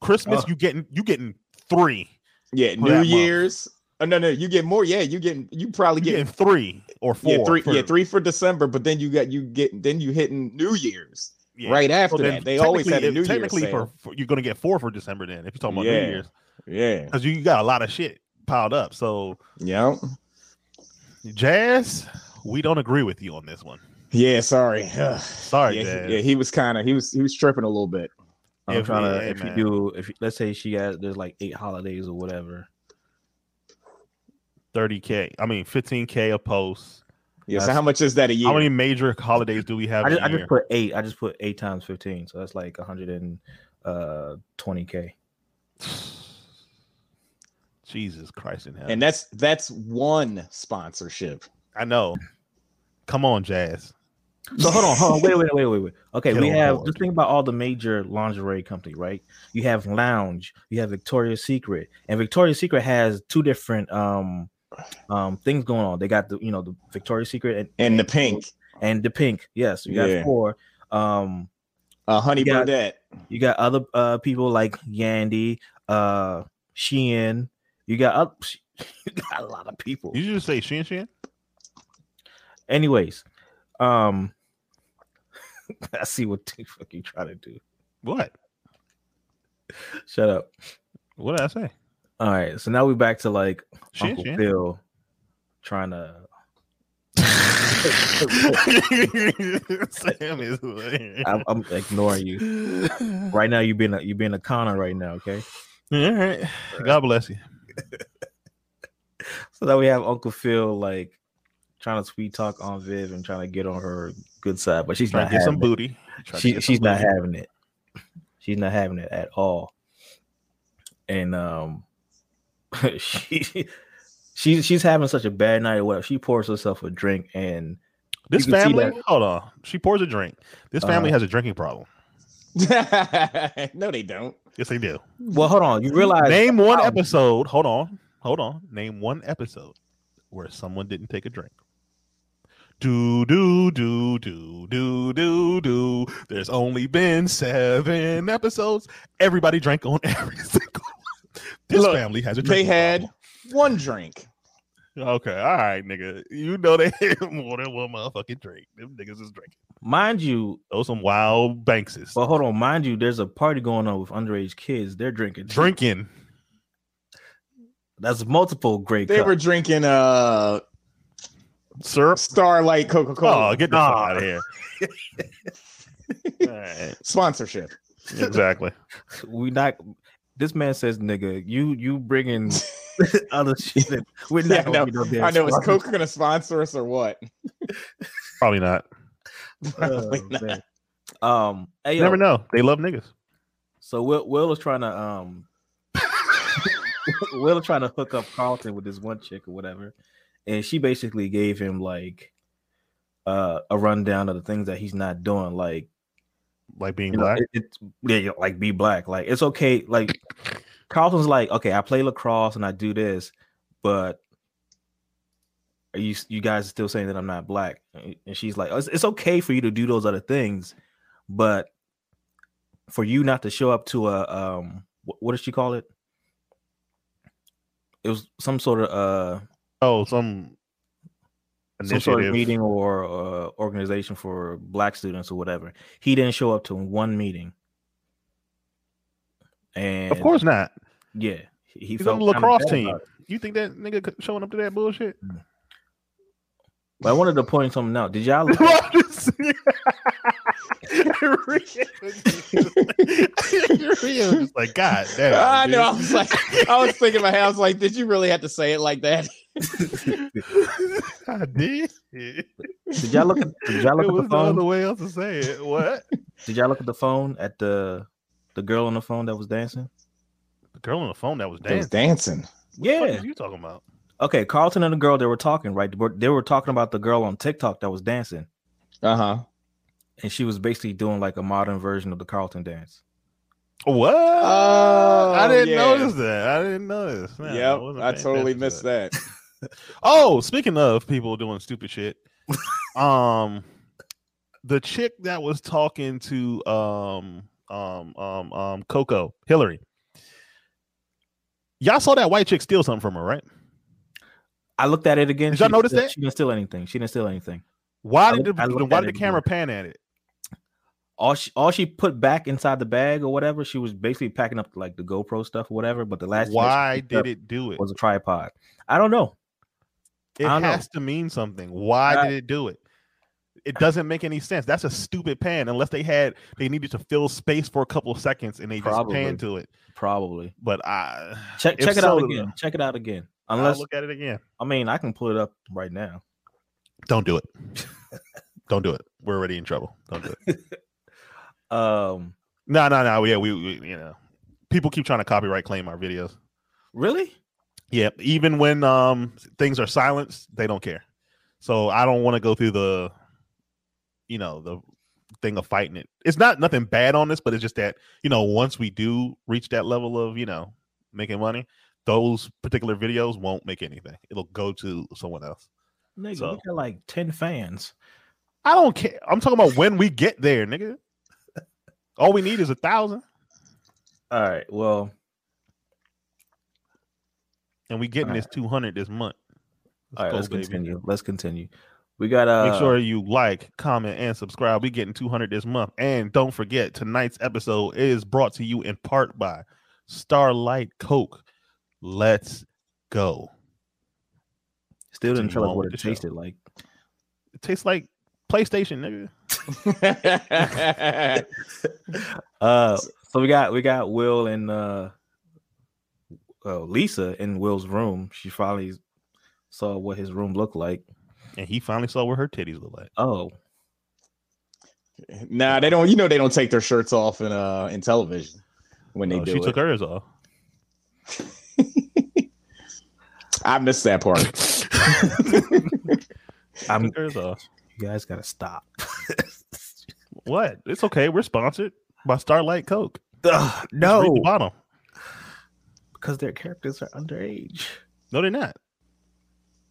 Speaker 1: Christmas,
Speaker 3: Oh.
Speaker 1: you getting you getting three.
Speaker 2: yeah,
Speaker 1: For
Speaker 2: New
Speaker 1: that month.
Speaker 2: Year's. Oh no, no, you get more. Yeah, you getting you probably
Speaker 1: You getting
Speaker 2: get
Speaker 1: three or four.
Speaker 2: yeah, three
Speaker 1: for-
Speaker 2: yeah, three for December, but then you got you get then you hitting New Year's
Speaker 1: yeah.
Speaker 2: right after
Speaker 1: So then
Speaker 2: that. They always had
Speaker 1: technically-
Speaker 2: a New Year's
Speaker 1: Technically,
Speaker 2: sale.
Speaker 1: for, for- you're gonna get four for December then if you're talking about
Speaker 2: Yeah.
Speaker 1: New Year's
Speaker 2: Yeah.
Speaker 1: because you got a lot of shit piled up. So
Speaker 2: Yeah.
Speaker 1: Jazz, we don't agree with you on this one.
Speaker 2: Yeah, sorry. <sighs> Ugh.
Speaker 1: Sorry,
Speaker 2: yeah,
Speaker 1: Jazz.
Speaker 2: he, yeah, he was kind of he was he was tripping a little bit.
Speaker 3: I'm
Speaker 1: If-
Speaker 3: trying to.
Speaker 1: yeah,
Speaker 3: if
Speaker 1: man.
Speaker 3: you do, if you- let's say she has, there's like eight holidays or whatever.
Speaker 1: 30k. I mean, 15k a post.
Speaker 2: Yeah, so
Speaker 3: That's-
Speaker 2: how much is that a year?
Speaker 1: How many major holidays do we have?
Speaker 3: I just,
Speaker 1: in
Speaker 3: I
Speaker 1: a year?
Speaker 3: just put eight. I just put eight times fifteen, so that's like 120 uh, k.
Speaker 1: <sighs> Jesus Christ in heaven.
Speaker 2: and that's that's one sponsorship.
Speaker 1: I know. Come on, Jazz.
Speaker 3: So hold on, hold on, wait, wait, wait, wait, wait. Okay,
Speaker 1: Get
Speaker 3: we
Speaker 1: on
Speaker 3: have
Speaker 1: board.
Speaker 3: just think about all the major lingerie company, right? You have Lounge, you have Victoria's Secret, and Victoria's Secret has two different um um things going on. They got the you know the Victoria's Secret and
Speaker 2: And the pink,
Speaker 3: and the pink. Yes, you got
Speaker 2: Yeah.
Speaker 3: four. Um,
Speaker 2: uh honey
Speaker 3: You got-
Speaker 2: Burdette.
Speaker 3: You got other uh people like Yandy, uh Shein. You got up <laughs> you got a lot of people.
Speaker 1: You should just say Shin Shin.
Speaker 3: Anyways, um <laughs> I see what the fuck you trying to do.
Speaker 1: What?
Speaker 3: Shut up.
Speaker 1: What did I say?
Speaker 3: All right, so now we're back to like
Speaker 1: Shin
Speaker 3: Uncle
Speaker 1: Shin.
Speaker 3: Bill trying to
Speaker 1: Sam is hilarious.
Speaker 3: I'm, I'm ignoring you. Right now you've been a you've been a conner right now, okay?
Speaker 1: All right. God bless you.
Speaker 3: So now we have Uncle Phil like trying to sweet talk on Viv and trying to get on her good side, but she's
Speaker 1: Trying
Speaker 3: not
Speaker 1: to get some
Speaker 3: having it.
Speaker 1: booty. Trying to
Speaker 3: she,
Speaker 1: get some
Speaker 3: she's not
Speaker 1: booty.
Speaker 3: having it. She's not having it at all. And um, <laughs> she she she's having such a bad night. Well, she pours herself a drink, and
Speaker 1: This
Speaker 3: you can see
Speaker 1: family, hold on. She pours a drink. This family
Speaker 3: Uh-huh.
Speaker 1: has a drinking problem.
Speaker 2: <laughs> no, they don't.
Speaker 1: Yes, they do.
Speaker 3: well, hold on. You realize
Speaker 1: Name one
Speaker 3: wow.
Speaker 1: episode. Hold on. Hold on. Name one episode where someone didn't take a drink. Do do do do do do do. There's only been seven episodes. Everybody drank on <laughs> every single one. This
Speaker 2: Look,
Speaker 1: family has a
Speaker 2: They
Speaker 1: drinking
Speaker 2: had one drink.
Speaker 1: problem. Okay, all right, nigga. You know they <laughs> had more than one motherfucking drink. Them niggas is drinking.
Speaker 3: mind you.
Speaker 1: Those some wild bankses.
Speaker 3: Well, hold on, mind you. There's a party going on with underage kids. They're drinking. too.
Speaker 1: drinking.
Speaker 3: That's multiple great.
Speaker 2: They
Speaker 3: cups.
Speaker 2: were drinking uh
Speaker 1: Syrup.
Speaker 2: Starlight Coca-Cola
Speaker 1: Oh, get the Oh, fuck out
Speaker 2: <laughs>
Speaker 3: Nah.
Speaker 1: of here. All right.
Speaker 2: sponsorship.
Speaker 1: exactly.
Speaker 3: we not. This man says nigga. You you
Speaker 2: <laughs>
Speaker 3: bringing <laughs> other shit. in. We're
Speaker 2: Yeah,
Speaker 3: not. gonna be no
Speaker 2: <laughs>
Speaker 3: damn
Speaker 2: I know. Is
Speaker 3: sponsor.
Speaker 2: Coke <laughs> gonna sponsor us
Speaker 1: <laughs>
Speaker 2: or what?
Speaker 1: Probably not.
Speaker 2: Probably
Speaker 3: Oh,
Speaker 2: not.
Speaker 3: man. Um, <laughs> hey,
Speaker 1: You
Speaker 3: yo,
Speaker 1: never know. They love niggas.
Speaker 3: so Will Will is trying to um, <laughs> Will is trying to hook up Carlton with this one chick or whatever, and she basically gave him like uh a rundown of the things that he's not doing, like
Speaker 1: Like being
Speaker 3: you know,
Speaker 1: black.
Speaker 3: it- it's yeah, yeah, like be black. Like it's okay. Like Carlton's like, okay, I play lacrosse and I do this, but are you you guys still saying that I'm not black? And she's like, it's, it's okay for you to do those other things, but for you not to show up to a um, wh- what did she call it? It was some sort of uh
Speaker 1: oh, some
Speaker 3: some
Speaker 1: initiative.
Speaker 3: sort of meeting or uh, organization for black students or whatever. He didn't show up to one meeting. And
Speaker 1: Of course not.
Speaker 3: yeah, he
Speaker 1: He's
Speaker 3: felt
Speaker 1: on the
Speaker 3: kinda
Speaker 1: lacrosse
Speaker 3: bad
Speaker 1: team.
Speaker 3: about it.
Speaker 1: You think that nigga could- showing up to that bullshit?
Speaker 3: But I wanted to point something out. Did y'all? Look at,
Speaker 1: Well, I'm just- Rio's just like, God damn.
Speaker 2: <laughs> I know. I
Speaker 1: dude." <laughs>
Speaker 2: was like, I was thinking in my head. I was like, did you really have to say it like that?
Speaker 1: I did. It
Speaker 3: did y'all look? At, did
Speaker 1: <laughs>
Speaker 3: y'all look at
Speaker 1: was no
Speaker 3: the phone?
Speaker 1: other way else to say it. What?
Speaker 3: Did y'all look at the phone at the the girl on the phone that was dancing?
Speaker 1: The girl on the phone that was
Speaker 2: They was
Speaker 1: dancing.
Speaker 2: dancing.
Speaker 1: What
Speaker 3: Yeah.
Speaker 1: are you talking about?
Speaker 3: Okay, Carlton and the girl they were talking right. They were- They were talking about the girl on TikTok that was dancing,
Speaker 2: Uh huh.
Speaker 3: and she was basically doing like a modern version of the Carlton dance.
Speaker 1: What? I
Speaker 2: Oh,
Speaker 1: didn't
Speaker 2: yeah.
Speaker 1: notice that. I didn't notice. Man,
Speaker 2: yep.
Speaker 1: wasn't
Speaker 2: I
Speaker 1: paying
Speaker 2: totally
Speaker 1: attention to
Speaker 2: missed that.
Speaker 1: Oh, speaking of people doing stupid
Speaker 2: <laughs>
Speaker 1: shit, um, the chick that was talking to um um um um Coco Hillary, y'all saw that white chick steal something from her, right?
Speaker 3: I looked at it again.
Speaker 1: Did y'all
Speaker 3: she-
Speaker 1: notice that?
Speaker 3: she didn't steal anything? She didn't steal anything.
Speaker 1: Why
Speaker 3: I
Speaker 1: did
Speaker 3: look- I
Speaker 1: the,
Speaker 3: looked
Speaker 1: why
Speaker 3: at
Speaker 1: did the
Speaker 3: it
Speaker 1: camera pan at it?
Speaker 3: all she all she put back inside the bag or whatever, she was basically packing up like the GoPro stuff or whatever. But the last thing that she
Speaker 1: Why
Speaker 3: picked
Speaker 1: did
Speaker 3: up
Speaker 1: it do it?
Speaker 3: was a tripod. I don't know.
Speaker 1: It
Speaker 3: I don't know.
Speaker 1: has to mean something. Why
Speaker 3: I-
Speaker 1: did it do it? It doesn't make any sense. That's a stupid pan. Unless they had they needed to fill space for a couple of seconds and they
Speaker 3: Probably.
Speaker 1: just pan to it.
Speaker 3: Probably
Speaker 1: But I
Speaker 3: check
Speaker 1: if
Speaker 3: check it
Speaker 1: so,
Speaker 3: out
Speaker 1: then
Speaker 3: again. Check it out again.
Speaker 1: I'll
Speaker 3: Unless
Speaker 1: look at it again.
Speaker 3: I mean I can pull it up right now.
Speaker 1: Don't
Speaker 3: <laughs>
Speaker 1: do it. Don't do it. We're already in trouble. Don't do it.
Speaker 3: Um,
Speaker 1: No, no, no. Yeah, we, we you know, people keep trying to copyright claim our videos.
Speaker 3: really?
Speaker 1: Yeah, even when um things are silenced, they don't care. So I don't want to go through the, you know, the thing of fighting it. It's not nothing bad on this, but it's just that you know once we do reach that level of you know making money, those particular videos won't make anything. It'll go to someone else.
Speaker 3: Nigga,
Speaker 1: So-
Speaker 3: we got like ten fans.
Speaker 1: I don't care. I'm talking about when we get there, nigga. All we need is a thousand,
Speaker 3: All right. Well,
Speaker 1: and we getting this 200 this month.
Speaker 3: all right.
Speaker 1: go,
Speaker 3: let's
Speaker 1: baby.
Speaker 3: continue. Let's continue. We got uh.
Speaker 1: Make sure you like, comment, and subscribe. We getting 200 this month, and don't forget tonight's episode is brought to you in part by Starlight Coke. Let's go.
Speaker 3: Still didn't
Speaker 1: continue
Speaker 3: tell us
Speaker 1: on
Speaker 3: what
Speaker 1: with
Speaker 3: it
Speaker 1: the show.
Speaker 3: tasted like.
Speaker 1: It tastes like PlayStation, nigga.
Speaker 3: Uh, so we got we got Will and uh, well, Lisa in Will's room. She finally saw what his room looked like.
Speaker 1: And he finally saw what her titties look like.
Speaker 3: Oh,
Speaker 2: <laughs> nah, they don't. You know, they don't take their shirts off in uh in television when they
Speaker 1: Oh,
Speaker 2: do
Speaker 1: she
Speaker 2: it.
Speaker 1: took hers off.
Speaker 2: I missed
Speaker 1: <laughs>
Speaker 2: that part.
Speaker 3: I'm.
Speaker 1: Took hers off.
Speaker 3: You guys gotta stop. <laughs>
Speaker 1: What? It's okay. We're sponsored by Starlight Coke.
Speaker 3: Ugh,
Speaker 1: Just read
Speaker 3: no,
Speaker 1: the bottom.
Speaker 3: because their characters are underage.
Speaker 1: No, they're not.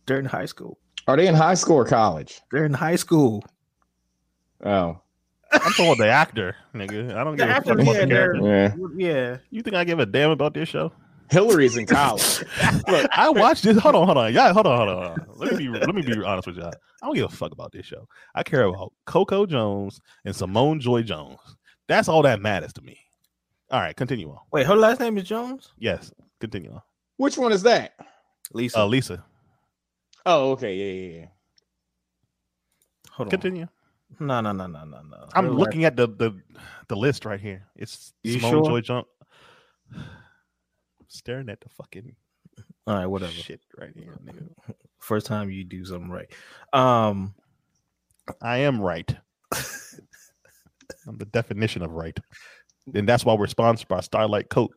Speaker 3: They're in high school.
Speaker 2: Are they in high school or college?
Speaker 3: They're in high school.
Speaker 2: Oh,
Speaker 1: I'm talking about the actor, nigga. I don't
Speaker 3: The
Speaker 1: give a
Speaker 3: actor,
Speaker 1: fuck about
Speaker 3: yeah,
Speaker 1: the character.
Speaker 2: yeah.
Speaker 3: Yeah,
Speaker 1: You think I give a damn about this show?
Speaker 2: Hillary's in
Speaker 1: <laughs>
Speaker 2: college.
Speaker 1: Look, I watched this. Hold on, hold on, y'all. Hold on, hold on. Hold on. Let me be. Let me
Speaker 3: <laughs>
Speaker 1: be honest with y'all. I don't give a fuck about this show. I care about Coco Jones and Simone Joy Jones. That's all that matters to me. All right, continue on.
Speaker 3: Wait, her last name is Jones.
Speaker 1: Yes, continue on.
Speaker 2: Which one is that?
Speaker 3: Lisa.
Speaker 1: Uh, Lisa,
Speaker 2: Oh, okay, yeah, yeah, yeah.
Speaker 3: Hold on.
Speaker 1: continue.
Speaker 3: No, no, no, no, no, no.
Speaker 1: I'm
Speaker 3: Her last-
Speaker 1: looking at the the. the list right here. It's
Speaker 3: You
Speaker 1: Simone
Speaker 3: sure?
Speaker 1: Joy Jump. <sighs> Staring at the fucking
Speaker 3: All right, whatever.
Speaker 1: shit right here. nigga.
Speaker 3: First time you do something right. Um,
Speaker 1: I am
Speaker 3: <laughs>
Speaker 1: right. I'm the definition of right. And that's why we're sponsored by Starlight Coat.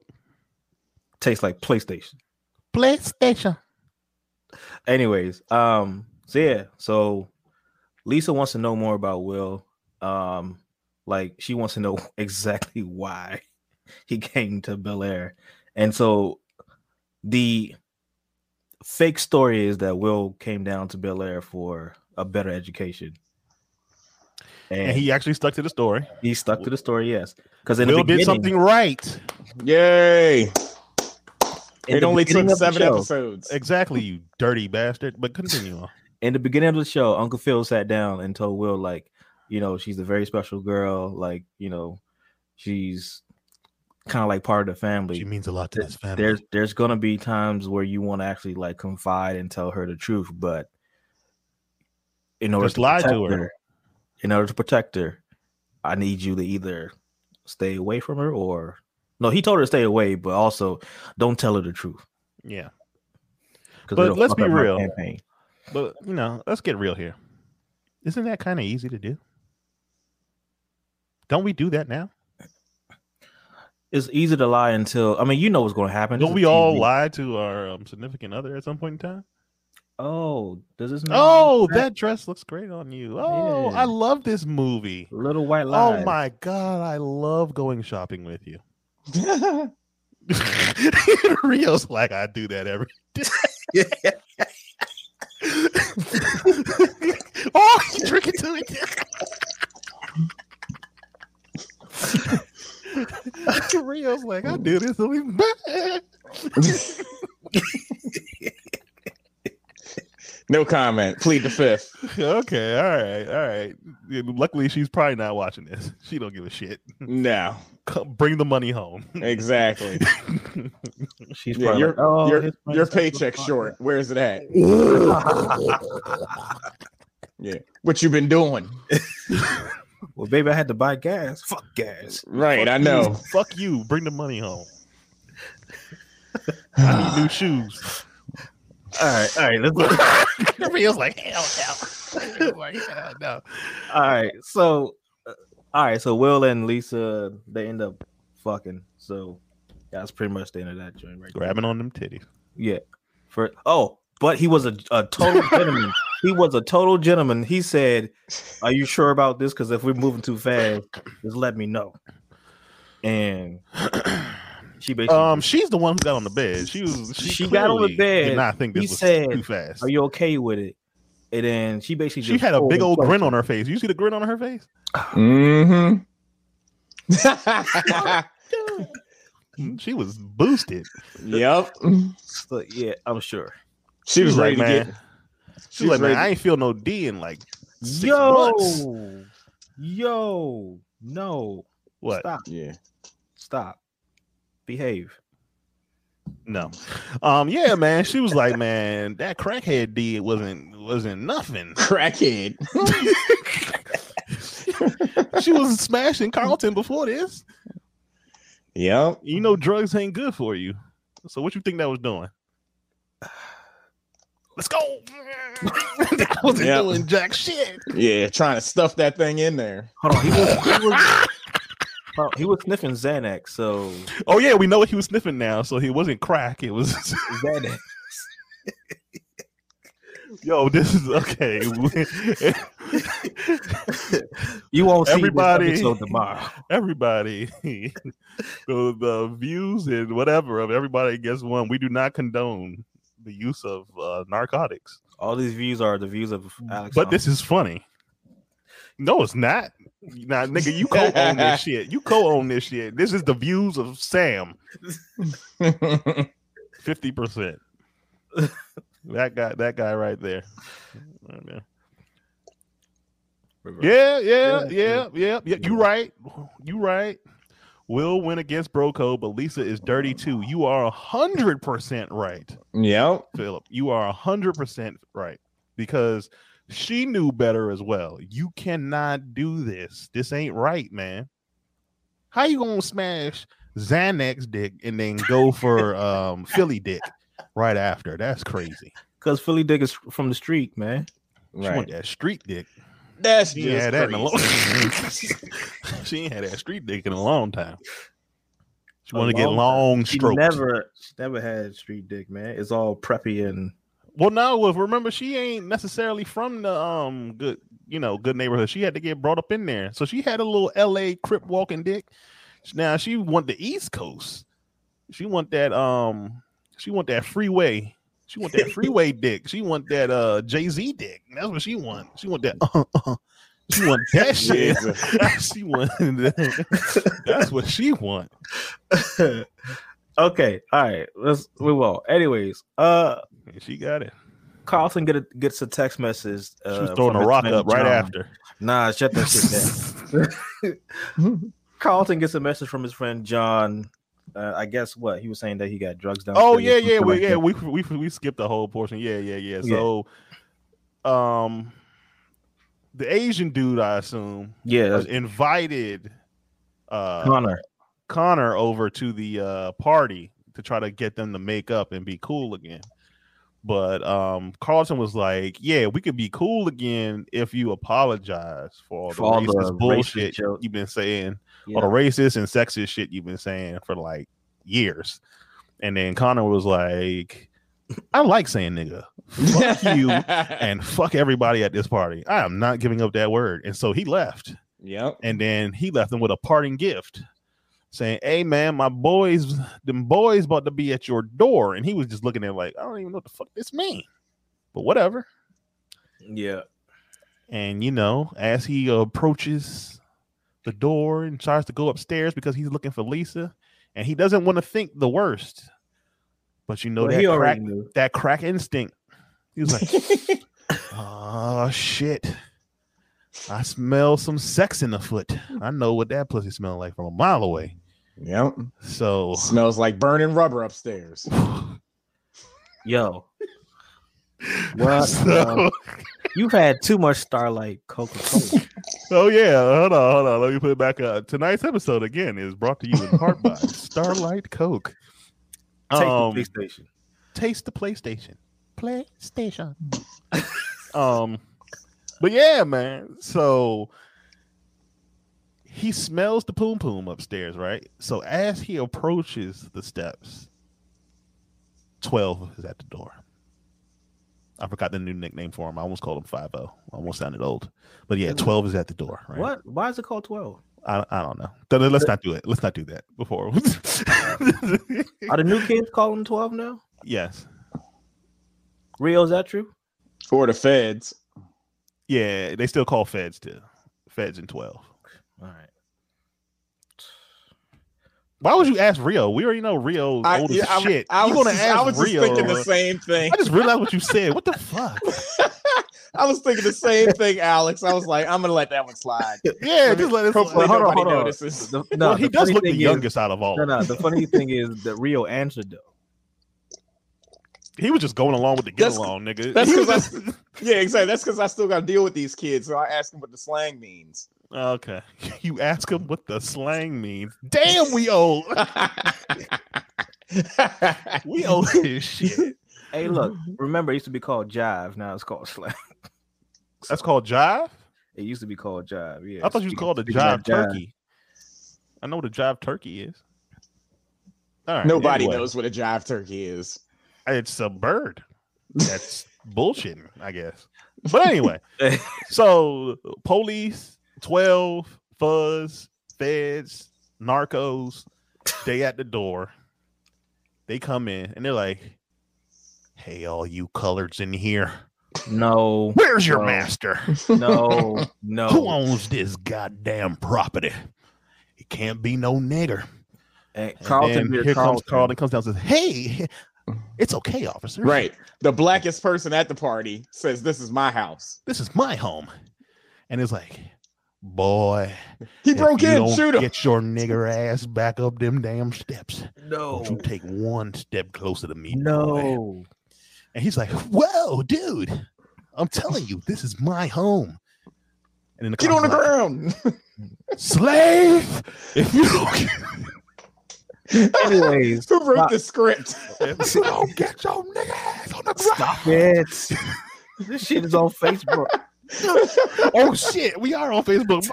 Speaker 3: tastes like PlayStation.
Speaker 1: PlayStation.
Speaker 3: Anyways, um, so yeah, so Lisa wants to know more about Will. Um, like she wants to know <laughs> exactly why <laughs> he came to Bel Air. And so the fake story is that Will came down to Bel Air for a better education. And,
Speaker 1: And
Speaker 3: he,
Speaker 1: he actually stuck to the story.
Speaker 3: he stuck to the story, yes. Because in
Speaker 1: Will
Speaker 3: the beginning,
Speaker 1: did something right.
Speaker 2: Yay!
Speaker 3: in
Speaker 2: It
Speaker 3: the
Speaker 2: only took
Speaker 3: beginning of the
Speaker 2: seven
Speaker 3: show-
Speaker 2: episodes.
Speaker 1: Exactly, you dirty bastard. But continue on.
Speaker 3: in the beginning of the show, Uncle Phil sat down and told Will, like, you know, she's a very special girl. Like, you know, she's kind of like part of the family.
Speaker 1: She means a lot to this family.
Speaker 3: There's there's gonna be times where you want to actually like confide and tell her the truth, but in order
Speaker 1: Just
Speaker 3: to
Speaker 1: lie to
Speaker 3: protect
Speaker 1: her.
Speaker 3: in order to protect her, I need you to either stay away from her or no. He told her to stay away, but also don't tell her the truth.
Speaker 1: yeah.
Speaker 3: 'cause
Speaker 1: But
Speaker 3: it'll
Speaker 1: let's
Speaker 3: fuck
Speaker 1: be
Speaker 3: up my
Speaker 1: real.
Speaker 3: campaign.
Speaker 1: But you know, let's get real here. Isn't that kind of easy to do? Don't we do that now?
Speaker 3: It's easy to lie until I mean, you know what's gonna happen. This
Speaker 1: Don't
Speaker 3: is
Speaker 1: we all
Speaker 3: TV.
Speaker 1: lie to our um, significant other at some point in time?
Speaker 3: Oh, does this? mean-
Speaker 1: Oh, that dress looks great on you. Oh,
Speaker 3: Yeah.
Speaker 1: I love this movie.
Speaker 3: little white
Speaker 1: Oh
Speaker 3: lies.
Speaker 1: my god, I love going shopping with you. <laughs> Rio's like, I do that every day. <laughs> oh, you drink it <laughs> to it. Rio's like, I do this every day.
Speaker 2: <laughs> no comment. Plead the fifth.
Speaker 1: Okay, all right, all right. Yeah, Luckily, she's probably not watching this. <laughs> She don't give a shit.
Speaker 2: No,
Speaker 1: Come, bring the money
Speaker 2: <laughs>
Speaker 1: home.
Speaker 2: exactly.
Speaker 3: <laughs> She's
Speaker 2: Yeah,
Speaker 3: probably
Speaker 2: your
Speaker 3: like, oh,
Speaker 2: your,
Speaker 3: his friends
Speaker 2: your
Speaker 3: have little
Speaker 2: paycheck's
Speaker 3: pockets." <laughs>
Speaker 2: short. Where is it at? What you been doing?
Speaker 3: Well, baby, I had to buy gas. Fuck gas.
Speaker 2: Right,
Speaker 1: Fuck
Speaker 2: I
Speaker 1: you.
Speaker 2: know.
Speaker 1: Fuck you. Bring the money
Speaker 2: <sighs>
Speaker 1: home. I need new <laughs> shoes.
Speaker 3: All right, all right, let's
Speaker 1: <laughs>
Speaker 3: look.
Speaker 1: Rio's like, hell, hell. like, hell no. <laughs>
Speaker 3: all right. So, uh, all right, so Will and Lisa they end up fucking. So that's pretty much the end of that joint, right? there.
Speaker 1: Grabbing on them titties.
Speaker 3: Yeah. For oh, but he was a, a
Speaker 1: <laughs>
Speaker 3: total gentleman. He was a total gentleman. He said, "Are you sure about this? Because if we're moving too fast, just let me know." And she basically,
Speaker 1: Um, she's the one who got on the bed. She was. She,
Speaker 3: She got on the
Speaker 1: clearly
Speaker 3: bed.
Speaker 1: Did not think
Speaker 3: He
Speaker 1: this was
Speaker 3: said,
Speaker 1: too fast.
Speaker 3: "Are you okay with it?" And then she basically
Speaker 1: She
Speaker 3: just
Speaker 1: had a
Speaker 3: told
Speaker 1: big
Speaker 3: him
Speaker 1: old
Speaker 3: twice.
Speaker 1: grin on her face. You see the grin on her face?
Speaker 2: Mm-hmm.
Speaker 3: Hmm.
Speaker 1: She was boosted.
Speaker 2: yep.
Speaker 3: So, yeah, I'm sure.
Speaker 2: She was ready to get.
Speaker 1: She
Speaker 2: She's
Speaker 1: was like, man,
Speaker 2: ready.
Speaker 1: I ain't feel no D in like six
Speaker 3: yo,
Speaker 1: months.
Speaker 3: yo, no,
Speaker 1: What?
Speaker 3: Stop,
Speaker 2: Yeah.
Speaker 3: stop, behave.
Speaker 1: No. Um, yeah, man. She was like, man, that crackhead D wasn't wasn't nothing. <laughs>
Speaker 2: Crackhead.
Speaker 1: She was smashing Carlton before this.
Speaker 2: Yep.
Speaker 1: You know, drugs ain't good for you. So what you think that was doing? Let's go. <laughs> that wasn't
Speaker 2: Yeah.
Speaker 1: doing jack shit.
Speaker 2: Yeah. Trying to stuff that thing in there. <laughs>
Speaker 3: Hold on,
Speaker 1: <laughs>
Speaker 3: he was, he was, hold on, he was sniffing Xanax, so
Speaker 1: Oh yeah, we know what he was sniffing now. So he wasn't crack. It was <laughs>
Speaker 3: Xanax.
Speaker 1: yo. This is okay. <laughs>
Speaker 3: You won't see
Speaker 1: Everybody-
Speaker 3: everybody this episode tomorrow.
Speaker 1: everybody, <laughs> the, the views and whatever of everybody gets one. We do not condone the use of uh, narcotics.
Speaker 3: <laughs> All these views are the views of Alex.
Speaker 1: But this is funny. No, it's not. Nah, nigga, you co-own <laughs> this shit. You co-own this shit. This is the views of Sam. Fifty <laughs> percent. That guy, that guy right there. Right there. Yeah, yeah, yeah, yeah, yeah. You right. You right. Will win against Broco, but Lisa is dirty too. You are hundred percent right.
Speaker 2: yep.
Speaker 1: Philip, you are 100% right because she knew better as well. You cannot do this. This ain't right, man. How you gonna smash Xanax dick and then go for
Speaker 3: <laughs>
Speaker 1: um Philly dick right after? That's crazy.
Speaker 3: Because Philly Dick is from the street, man.
Speaker 1: She want
Speaker 2: Right.
Speaker 1: that street dick. <laughs>
Speaker 2: That's
Speaker 1: She ain't
Speaker 2: just
Speaker 1: had that in a long.
Speaker 2: crazy.
Speaker 1: she ain't had that street dick in a long time. She
Speaker 3: A
Speaker 1: want to get
Speaker 3: long time.
Speaker 1: long
Speaker 3: She
Speaker 1: strokes.
Speaker 3: never, she never had street dick, man. It's all
Speaker 1: <laughs>
Speaker 3: preppy and
Speaker 1: Well, no, if remember, she ain't necessarily from the um good, you know, good neighborhood. She had to get brought up in there, so she had a little L.A. crip walking dick. Now she want the East Coast. She want that um. She want that freeway. She want that
Speaker 3: <laughs>
Speaker 1: freeway dick. She want that uh Jay Z dick. That's what she want. She want that. Uh, uh, she want
Speaker 3: <laughs>
Speaker 1: that shit.
Speaker 2: Jesus.
Speaker 1: <laughs> she want. that. That's what she want.
Speaker 3: okay. All right, let's move on. Anyways, uh,
Speaker 1: And She got it.
Speaker 3: Carlson get a, gets a text message.
Speaker 1: She
Speaker 3: Uh,
Speaker 1: was throwing
Speaker 3: from
Speaker 1: a
Speaker 3: his
Speaker 1: rock
Speaker 3: man
Speaker 1: up right
Speaker 3: John.
Speaker 1: after.
Speaker 3: Nah, shut that shit down.
Speaker 1: <laughs>
Speaker 3: Carlton gets a message from his friend John. Uh, I guess what he was saying that he got drugs down.
Speaker 1: Oh yeah, yeah, we, yeah. We, we we skipped the whole portion. Yeah, yeah, yeah.
Speaker 3: Yeah.
Speaker 1: So, um, the Asian dude, I assume,
Speaker 3: yeah.
Speaker 1: was
Speaker 3: that's-
Speaker 1: invited uh,
Speaker 3: Connor.
Speaker 1: Connor over to the uh, party to try to get them to make up and be cool again. But um, Carlton was like, "Yeah, we could be cool again if you apologize for all the
Speaker 3: For all the
Speaker 1: racist
Speaker 3: racist
Speaker 1: bullshit
Speaker 3: joke.
Speaker 1: you've been saying."
Speaker 3: Yeah.
Speaker 1: all the racist and sexist shit you've been saying for like years. And then Connor was like, I like saying nigga. Fuck you and fuck everybody at this party. I am not giving up that word. And so he left.
Speaker 2: <laughs> Yep.
Speaker 1: And then he left them with a parting gift saying, Hey man, my boys, them boys about to be at your door. And he was just looking at it like, I don't even know what the fuck this mean. But whatever.
Speaker 3: yeah.
Speaker 1: And you know, as he approaches the door and tries to go upstairs because he's looking for Lisa, and he doesn't want to think the worst. But you know
Speaker 3: Well,
Speaker 1: that
Speaker 3: he
Speaker 1: crack
Speaker 3: already knew.
Speaker 1: that crack instinct. He was like, <laughs> "Oh shit, I smell some sex in the foot. I know what that pussy smell like from a mile away."
Speaker 2: yep.
Speaker 3: <laughs>
Speaker 1: So
Speaker 2: Smells like burning rubber upstairs.
Speaker 3: Yo.
Speaker 1: <laughs>
Speaker 3: What?
Speaker 1: So-
Speaker 3: You've had too much Starlight Coca
Speaker 1: <laughs>
Speaker 3: Cola.
Speaker 1: Oh yeah, hold on, hold on. Let me put it back up. Tonight's episode again is brought to you in part
Speaker 3: <laughs>
Speaker 1: by Starlight Coke. Um,
Speaker 3: Take the PlayStation.
Speaker 1: taste the PlayStation. PlayStation. um, but yeah, man. So he smells the poom poom upstairs, right? So as he approaches the steps, twelve is at the door. I forgot the new nickname for him. I almost called him Five O. Almost sounded old, but yeah, twelve is at the door. Right?
Speaker 3: What? Why is it called twelve?
Speaker 1: I, I don't know. Th- th- Let's not do it. Let's not do that before. <laughs>
Speaker 3: Are the new kids calling twelve now?
Speaker 1: yes.
Speaker 3: Rio, is that true?
Speaker 2: Or the feds.
Speaker 1: Yeah, they still call feds too. Feds and twelve.
Speaker 3: All right.
Speaker 1: Why would you ask Rio? We already know Rio's
Speaker 2: I,
Speaker 1: old
Speaker 2: yeah,
Speaker 1: as
Speaker 2: I,
Speaker 1: shit.
Speaker 2: I
Speaker 1: you
Speaker 2: was,
Speaker 1: gonna
Speaker 2: just,
Speaker 1: ask
Speaker 2: I was just
Speaker 1: Rio?
Speaker 2: thinking the
Speaker 1: bro.
Speaker 2: same thing.
Speaker 1: I just realized what you said. What the
Speaker 2: <laughs>
Speaker 1: fuck?
Speaker 2: I was thinking the same thing, Alex. I was like, I'm gonna let that one slide.
Speaker 1: Yeah, just let it slide.
Speaker 2: Hopefully,
Speaker 3: Hold on,
Speaker 2: nobody
Speaker 3: hold on.
Speaker 1: <laughs>
Speaker 2: notices.
Speaker 3: The- no,
Speaker 1: Well, he
Speaker 3: the
Speaker 1: does
Speaker 3: funny
Speaker 1: look the
Speaker 3: thing is-
Speaker 1: youngest out of all.
Speaker 3: No, no. The funny
Speaker 1: <laughs>
Speaker 3: thing is that Rio answered though.
Speaker 1: He was just going along with the get
Speaker 2: That's-
Speaker 1: along, nigga.
Speaker 2: <laughs> that's
Speaker 1: He <laughs> was
Speaker 2: 'cause
Speaker 1: just-
Speaker 2: Yeah, exactly. That's because I still got to deal with these kids, so I ask them what the slang means.
Speaker 1: okay. <laughs> You ask him what the slang means. Damn, we old.
Speaker 2: <laughs>
Speaker 1: We old as shit.
Speaker 3: Hey, look.
Speaker 1: <laughs>
Speaker 3: Remember, it used to be called Jive. Now it's called <laughs> Slap.
Speaker 1: That's called jive.
Speaker 3: It used to be called Jive. Yeah.
Speaker 1: I thought you was
Speaker 3: Speaking-
Speaker 1: called a
Speaker 3: speaking
Speaker 1: jive
Speaker 3: of
Speaker 1: turkey. I know what a jive turkey is. All right,
Speaker 2: Nobody
Speaker 1: anyway.
Speaker 2: knows what a jive turkey is.
Speaker 1: It's a bird. That's bullshitting, I guess. But anyway, so police, 12, fuzz, feds, narcos, they at the door. They come in and they're like, Hey, all you coloreds in here, <laughs>
Speaker 3: No.
Speaker 1: where's your
Speaker 3: No.
Speaker 1: master?
Speaker 3: No.
Speaker 1: Who
Speaker 3: No.
Speaker 1: owns this goddamn property? It can't be no nigger.
Speaker 3: And
Speaker 1: And
Speaker 3: Carlton.
Speaker 1: then
Speaker 3: did
Speaker 1: here comes
Speaker 3: Carlton.
Speaker 1: Carlton comes down and says, Hey, it's okay, officer.
Speaker 2: Right. The blackest person at the party says, "This is my house."
Speaker 1: this is my home. And it's like, boy,
Speaker 2: He
Speaker 1: if
Speaker 2: broke
Speaker 1: you
Speaker 2: in.
Speaker 1: don't
Speaker 2: Shoot him.
Speaker 1: Get your nigger ass back up them damn steps. Don't you
Speaker 3: No.
Speaker 1: take one step closer to me. boy."
Speaker 3: Oh. No.
Speaker 1: And he's like, whoa, dude, I'm telling you, this is my home. And in the
Speaker 2: Get on the
Speaker 1: comments,
Speaker 2: ground.
Speaker 1: <laughs> like, slave. If you don't get,
Speaker 3: Anyways,
Speaker 2: Who wrote the script? <laughs>
Speaker 1: if you don't get your nigga ass on the ground.
Speaker 3: stop it. <laughs> this shit is on Facebook.
Speaker 1: Oh shit, we are on Facebook.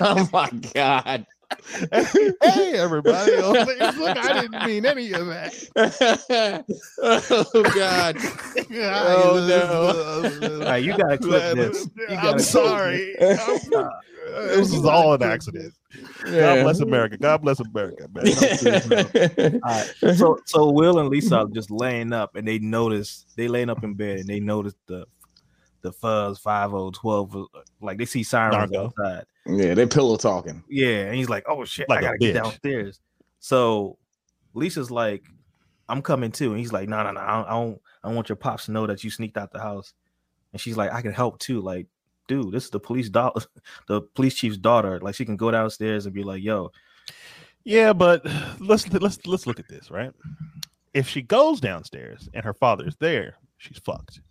Speaker 2: oh my god. <laughs>
Speaker 1: hey everybody on Facebook. I didn't mean any of that.
Speaker 2: oh god. <laughs> Oh,
Speaker 1: no. <laughs>
Speaker 3: All right, you gotta clip this. You gotta
Speaker 1: I'm
Speaker 3: clip
Speaker 1: sorry. <laughs> I'm- uh, this is all an accident. God bless America. God bless America, man.
Speaker 3: Alright, So, so Will and Lisa are just laying up, and they notice they laying up in bed, and they notice the the fuzz 5012 like they see sirens
Speaker 1: Narco.
Speaker 3: outside.
Speaker 2: <laughs> yeah, they pillow talking.
Speaker 3: Yeah, and he's like, "Oh shit,
Speaker 1: Like
Speaker 3: I
Speaker 1: a
Speaker 3: gotta get
Speaker 1: bitch.
Speaker 3: downstairs." So Lisa's like, "I'm coming too," and he's like, "No, no, no, I don't, I don't, I don't want your pops to know that you sneaked out the house." And she's like, "I can help too." Like, dude, this is the police daughter, <laughs> the police chief's daughter. Like, she can go downstairs and be like, "Yo,
Speaker 1: <laughs> Yeah, but let's let's let's look at this, right? If she goes downstairs and her father's there, she's fucked.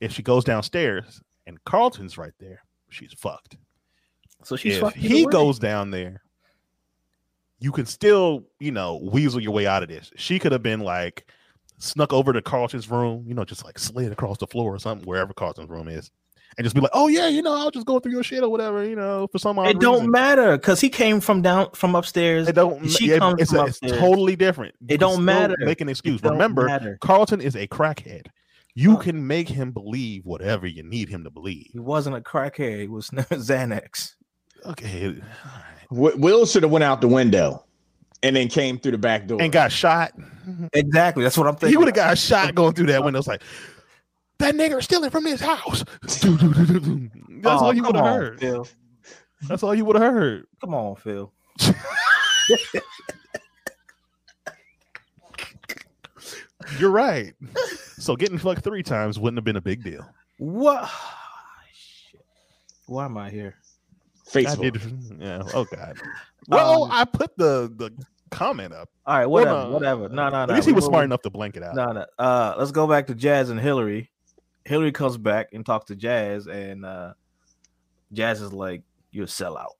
Speaker 1: If she goes downstairs and Carlton's right there, she's fucked.
Speaker 3: so she's
Speaker 1: if
Speaker 3: fucking
Speaker 1: he
Speaker 3: away.
Speaker 1: goes down there, you can still, you know, weasel your way out of this. She could have been like snuck over to Carlton's room, you know, just like slid across the floor or something, wherever Carlton's room is, and just be like, oh yeah, you know, I'll just go through your shit or whatever, you know, for some odd
Speaker 3: It don't
Speaker 1: reason.
Speaker 3: matter because he came from down from upstairs.
Speaker 1: It don't.
Speaker 3: She
Speaker 1: it-
Speaker 3: comes
Speaker 1: it's,
Speaker 3: from
Speaker 1: it's
Speaker 3: upstairs.
Speaker 1: totally different. You
Speaker 3: It
Speaker 1: can
Speaker 3: don't
Speaker 1: still
Speaker 3: matter.
Speaker 1: Make an excuse.
Speaker 3: Don't
Speaker 1: Remember,
Speaker 3: matter.
Speaker 1: Carlton is a crackhead. You
Speaker 3: Oh.
Speaker 1: can make him believe whatever you need him to believe.
Speaker 3: he wasn't a crackhead. He was <laughs> Xanax.
Speaker 1: Okay, all right.
Speaker 2: Wi- Will should have went out the window and then came through the back door.
Speaker 1: and got shot.
Speaker 3: Exactly. That's what I'm thinking.
Speaker 1: he would have got
Speaker 3: <laughs>
Speaker 1: shot going through that window. It's like that nigger stealing from this house. <laughs> That's
Speaker 3: Oh,
Speaker 1: all you
Speaker 3: come
Speaker 1: would have
Speaker 3: on,
Speaker 1: heard.
Speaker 3: Phil.
Speaker 1: That's all you would have heard.
Speaker 3: Come on, Phil.
Speaker 1: You're right. so getting fucked three times wouldn't have been a big deal.
Speaker 3: What? <sighs> Shit. Why am I here?
Speaker 1: I
Speaker 2: Facebook.
Speaker 1: did, <laughs> yeah. Oh god. Well,
Speaker 3: <laughs> Um,
Speaker 1: I put the the comment up.
Speaker 3: All right,
Speaker 1: Well,
Speaker 3: whatever,
Speaker 1: no,
Speaker 3: whatever. No, no,
Speaker 1: At
Speaker 3: no.
Speaker 1: least he
Speaker 3: we
Speaker 1: was
Speaker 3: moving-
Speaker 1: smart enough to blank it out.
Speaker 3: No, no. Uh, let's go back to Jazz and Hillary. Hillary comes back and talks to Jazz, and uh, Jazz is like, "You're a sellout.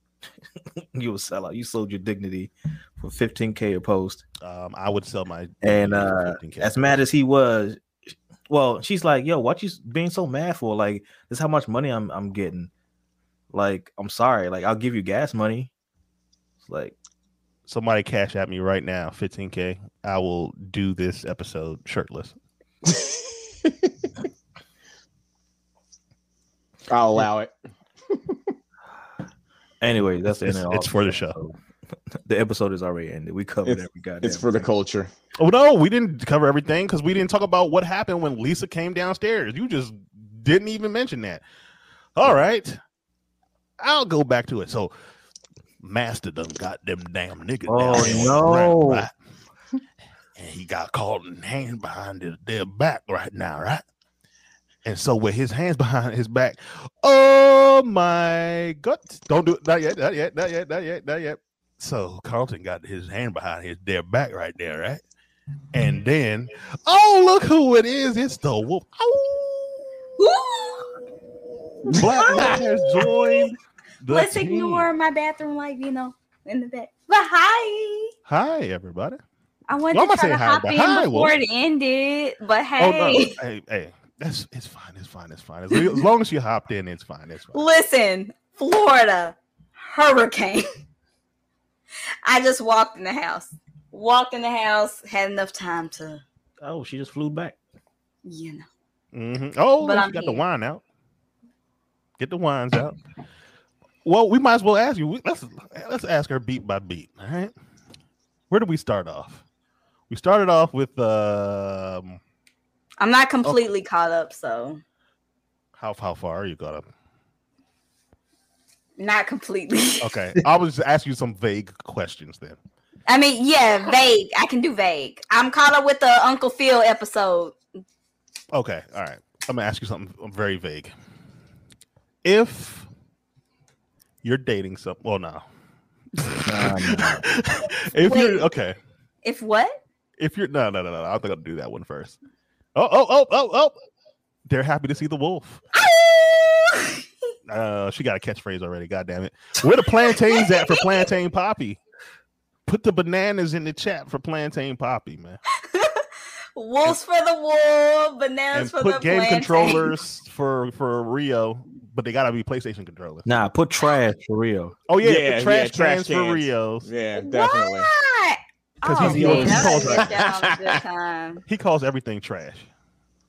Speaker 3: <laughs> you a sellout. You sold your dignity for 15k a post."
Speaker 1: Um, I would sell my
Speaker 3: And
Speaker 1: for
Speaker 3: uh,
Speaker 1: 15K.
Speaker 3: as mad as he was, well, she's like, "Yo, what you being so mad for? Like, this is how much money I'm I'm getting. Like, I'm sorry. Like, I'll give you gas money. It's like,
Speaker 1: somebody cash at me right now, 15k. I will do this episode shirtless.
Speaker 2: I'll allow it.
Speaker 3: anyway, that's the end.
Speaker 1: It's-
Speaker 3: of all
Speaker 1: it's for the show.
Speaker 3: episode. <laughs> The episode is already ended. We covered every goddamn.
Speaker 2: It's for the
Speaker 3: thing.
Speaker 2: culture.
Speaker 1: Oh no, we didn't cover everything because we didn't talk about what happened when Lisa came downstairs. You just didn't even mention that. All right, I'll go back to it. So, Master done got them damn niggas.
Speaker 3: Oh,
Speaker 1: down there on the
Speaker 3: no.
Speaker 1: ground, right? And he got caught in hands behind his their back right now, right? And so with his hands behind his back, oh my god! Don't do it. Not yet. Not yet. Not yet. Not yet. Not yet. So Carlton got his hand behind his their back right there, right? And then, oh look who it is! It's the wolf. Oh, <laughs> Black man has joined. The
Speaker 4: Let's
Speaker 1: team.
Speaker 4: ignore my bathroom light, you know, in the back. But hi.
Speaker 1: Hi everybody.
Speaker 4: I wanted
Speaker 1: Well, I'ma
Speaker 4: to try
Speaker 1: say
Speaker 4: to
Speaker 1: hi,
Speaker 4: hop
Speaker 1: but
Speaker 4: in
Speaker 1: hi,
Speaker 4: before
Speaker 1: Wilson.
Speaker 4: it ended. But
Speaker 1: Oh no!
Speaker 4: hey,
Speaker 1: Hey, hey, that's it's fine. It's fine. It's fine. As, as long as you hopped in, it's fine. It's fine.
Speaker 4: <laughs> listen, Florida hurricane. <laughs> I just walked in the house. Walked in the house, had enough time to,
Speaker 3: Oh, she just flew back.
Speaker 4: you know.
Speaker 1: hmm Oh,
Speaker 4: But
Speaker 1: you
Speaker 4: I'm
Speaker 1: got the
Speaker 4: here.
Speaker 1: wine out. Get the wines out. Well, we might as well ask you. we- Let's let's ask her beat by beat. All right. Where do we start off? We started off with um,
Speaker 4: I'm not completely caught up, so
Speaker 1: how how far are you got up?
Speaker 4: not completely.
Speaker 1: Okay, I was just asking you some vague questions then.
Speaker 4: <laughs> I mean, yeah, vague. I can do vague. I'm caught up with the Uncle Phil episode.
Speaker 1: Okay, all right. I'm gonna ask you something um, very vague. If you're dating some, well, no. <laughs> if you're
Speaker 4: Wait.
Speaker 1: okay,
Speaker 4: If what?
Speaker 1: if you're no, no, no, no, I think I'll do that one first. Oh, oh, oh, oh, oh! They're happy to see the wolf.
Speaker 4: Ow!
Speaker 1: Uh, she got a catchphrase already. God damn it. Where the plantains at for plantain poppy? Put the bananas in the chat for plantain poppy, man.
Speaker 4: <laughs> Wolves for the wool, bananas
Speaker 1: And
Speaker 4: for the
Speaker 1: put game
Speaker 4: plantain. <laughs>
Speaker 1: controllers for for Rio, but they gotta be PlayStation controllers.
Speaker 3: Nah, put trash for real.
Speaker 1: Oh yeah,
Speaker 2: Yeah,
Speaker 1: the trash
Speaker 2: yeah, trash
Speaker 1: cans for
Speaker 2: cans.
Speaker 1: Rios.
Speaker 2: Yeah, <laughs> definitely.
Speaker 4: Why?
Speaker 1: 'Cause
Speaker 4: Oh,
Speaker 1: he's the old
Speaker 4: yeah, I
Speaker 1: people.
Speaker 4: sit down a good time.
Speaker 1: He calls everything trash.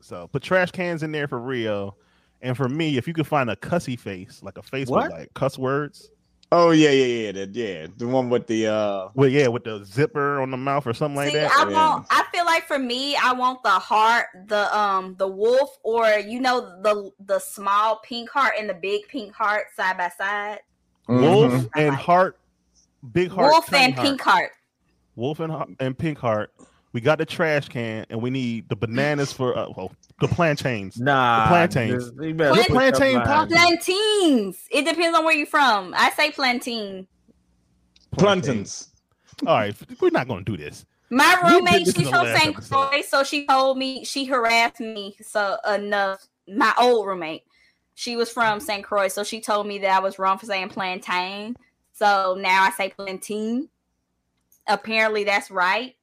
Speaker 1: So put trash cans in there for Rio. And for me, if you could find a cussy face, like a face
Speaker 3: What?
Speaker 1: with like cuss words,
Speaker 2: Oh yeah, yeah, yeah, the, yeah. The one with the uh
Speaker 1: well, yeah, with the zipper on the mouth or something <laughs> like
Speaker 4: See,
Speaker 1: that.
Speaker 4: I
Speaker 2: yeah.
Speaker 4: want. I feel like for me, I want the heart, the um, the wolf, or you know, the the small pink heart and the big pink heart side by side.
Speaker 1: Wolf
Speaker 2: mhm.
Speaker 1: and Heart, Big Heart,
Speaker 4: wolf
Speaker 1: tiny
Speaker 4: and
Speaker 1: heart.
Speaker 4: pink heart.
Speaker 1: Wolf and Har- and Pink Heart. We got the trash can, and we need the bananas for uh, well, the plantains.
Speaker 3: Nah,
Speaker 1: The plantains.
Speaker 3: nigga, you better
Speaker 4: Put
Speaker 3: put them
Speaker 1: plantain
Speaker 3: lines.
Speaker 1: poppy.
Speaker 4: Plantains. It depends on where you're from. I say plantain.
Speaker 2: Pluntons.
Speaker 1: All right, we're not going to do this.
Speaker 4: My
Speaker 1: We did
Speaker 4: roommate,
Speaker 1: this in
Speaker 4: she's
Speaker 1: the
Speaker 4: from
Speaker 1: last
Speaker 4: St.
Speaker 1: episode.
Speaker 4: Croix, so she told me she harassed me so enough. My old roommate, she was from St. Croix, so she told me that I was wrong for saying plantain. So now I say plantain. Apparently, that's right.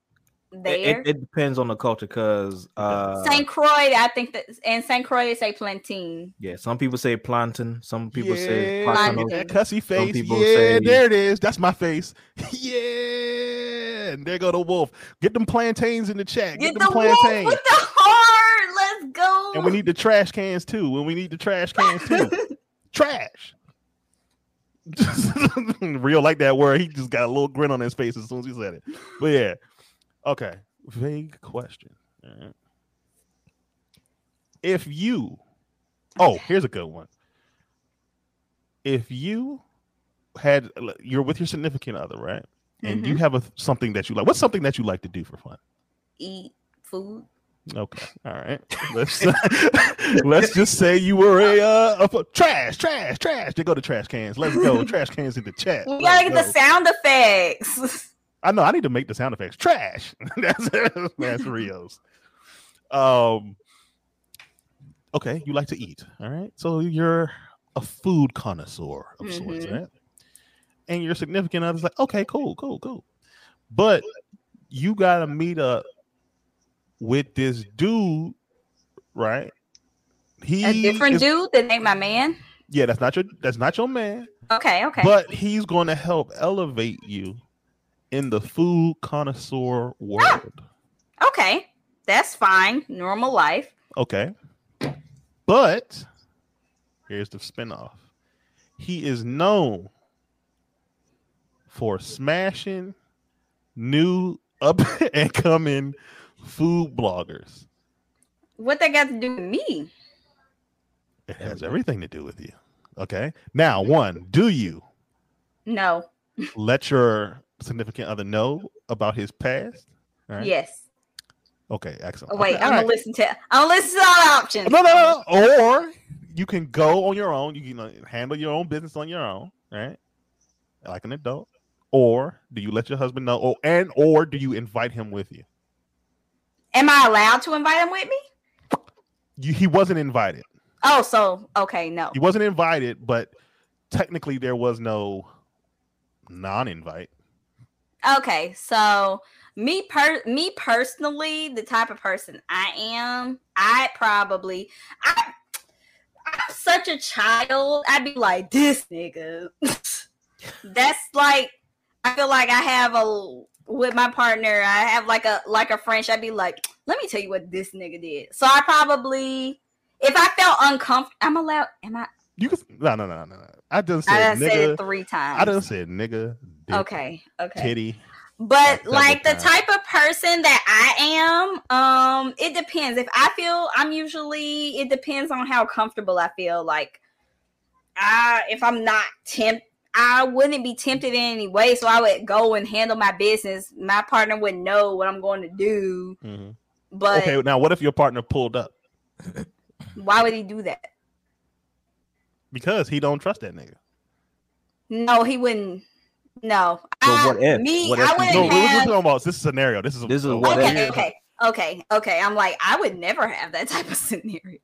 Speaker 4: There,
Speaker 3: It, it depends on the culture, cause uh,
Speaker 4: St. Croix, I think that in St. Croix they say plantain.
Speaker 3: yeah, some people say plantain, some people say
Speaker 1: yeah,
Speaker 4: Plantain.
Speaker 1: look at that
Speaker 3: plantain.
Speaker 1: cussy face. Yeah,
Speaker 3: people say-
Speaker 1: there it is. That's my face. <laughs> yeah, and there go the wolf. Get them plantains in the chat. Get,
Speaker 4: Get
Speaker 1: them
Speaker 4: the wolf
Speaker 1: plantains.
Speaker 4: with the heart. Let's go.
Speaker 1: and we need the trash cans too. And we need the trash cans too. trash. <laughs> Real like that word. He just got a little grin on his face as soon as he said it. But yeah. Okay. Vague question. All right. If you oh, here's a good one. If you had you're with your significant other, right? And you have a something that you like. What's something that you like to do for fun?
Speaker 4: eat food.
Speaker 1: Okay. All right. <laughs> Let's let's just say you were a, uh, a fu- trash, trash, trash. They go to trash cans. Let's go. trash cans in the chat.
Speaker 4: We
Speaker 1: Let's
Speaker 4: gotta get the
Speaker 1: go.
Speaker 4: sound effects.
Speaker 1: I know. I need to make the sound effects. Trash. <laughs> that's that's Rio's. Um. Okay, you like to eat. All right. So you're a food connoisseur of sorts,
Speaker 4: Mhm.
Speaker 1: right? And your significant other's like, okay, cool, cool, cool. But you gotta meet up with this dude, right? He
Speaker 4: A different
Speaker 1: is-
Speaker 4: dude that ain't my man.
Speaker 1: Yeah, that's not your that's not your man
Speaker 4: Okay, okay.
Speaker 1: but he's going to help elevate you in the food connoisseur world.
Speaker 4: Okay, that's fine. Normal life.
Speaker 1: Okay. But here's the spinoff he is known for smashing new up <laughs> and coming food bloggers.
Speaker 4: What that got to do with me?
Speaker 1: It has everything to do with you. Okay. Now, one, do you
Speaker 4: No.
Speaker 1: let your significant other know about his past? All right.
Speaker 4: Yes.
Speaker 1: Okay. Excellent.
Speaker 4: Oh, wait,
Speaker 1: Okay,
Speaker 4: I'm
Speaker 1: all
Speaker 4: gonna
Speaker 1: right.
Speaker 4: listen to. I'm gonna listen to all the options.
Speaker 1: No, no, no, no. Or you can go on your own. You can uh, handle your own business on your own, right? Like an adult. Or do you let your husband know? Or and or do you invite him with you?
Speaker 4: Am I allowed to invite him with me?
Speaker 1: you he wasn't invited.
Speaker 4: Oh, so okay, no.
Speaker 1: He wasn't invited, but technically there was no non-invite.
Speaker 4: Okay, so me per me personally, the type of person I am, I probably I I'm such a child. I'd be like this nigga. <laughs> That's like I feel like I have a with my partner, I have like a like a French. I'd be like, let me tell you what this nigga did. So I probably if I felt uncomfortable, I'm allowed. Am I?
Speaker 1: You can no no no no no. I done
Speaker 4: I
Speaker 1: said
Speaker 4: done said
Speaker 1: nigga.
Speaker 4: it three times.
Speaker 1: I done said nigga. Dick,
Speaker 4: okay. Okay.
Speaker 1: Titty.
Speaker 4: but
Speaker 1: double
Speaker 4: like the
Speaker 1: time.
Speaker 4: type of person that i am um it depends if i feel i'm usually it depends on how comfortable i feel like i if i'm not temp i wouldn't be tempted in any way so i would go and handle my business my partner would know what i'm going to do
Speaker 1: Mhm.
Speaker 4: but
Speaker 1: okay, now what if your partner pulled up
Speaker 4: why would he do that
Speaker 1: because he don't trust that nigga?
Speaker 4: no he wouldn't no
Speaker 3: But what
Speaker 4: I,
Speaker 3: if?
Speaker 4: me
Speaker 3: What
Speaker 4: I
Speaker 3: if he
Speaker 4: wouldn't
Speaker 1: No, we- we're
Speaker 4: have
Speaker 1: talking about this scenario. This is
Speaker 3: This is
Speaker 1: a-
Speaker 3: what
Speaker 4: okay,
Speaker 3: if.
Speaker 4: okay, okay, okay. I'm like, I would never have that type of <laughs> scenario.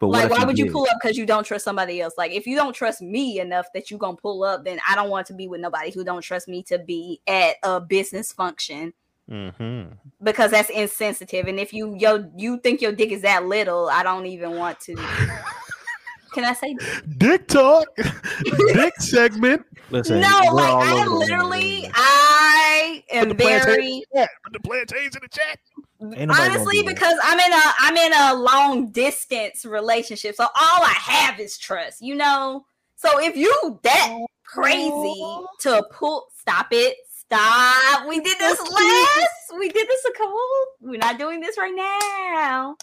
Speaker 3: But what
Speaker 4: like,
Speaker 3: if
Speaker 4: why would you
Speaker 3: did?
Speaker 4: pull up because you don't trust somebody else? Like, if you don't trust me enough that you gonna pull up, then I don't want to be with nobody who don't trust me to be at a business function
Speaker 1: Mm-hmm.
Speaker 4: because that's insensitive. And if you yo you think your dick is that little, I don't even
Speaker 3: <laughs>
Speaker 4: want to. Can I say
Speaker 1: Dick talk, <laughs> dick segment.
Speaker 4: no?
Speaker 3: Listen, we're
Speaker 4: Like,
Speaker 3: all
Speaker 4: I
Speaker 3: over the
Speaker 4: literally,
Speaker 3: internet.
Speaker 4: I am
Speaker 1: the plantain-
Speaker 4: very.
Speaker 1: Put the plantains in the chat.
Speaker 3: Ain't nobody gonna
Speaker 4: honestly
Speaker 3: do that.
Speaker 4: because i'm in a i'm in a long distance relationship so all i have is trust you know so if you that crazy to pull stop it stop we did this last we did this a couple we're not doing this
Speaker 1: <laughs>
Speaker 4: right now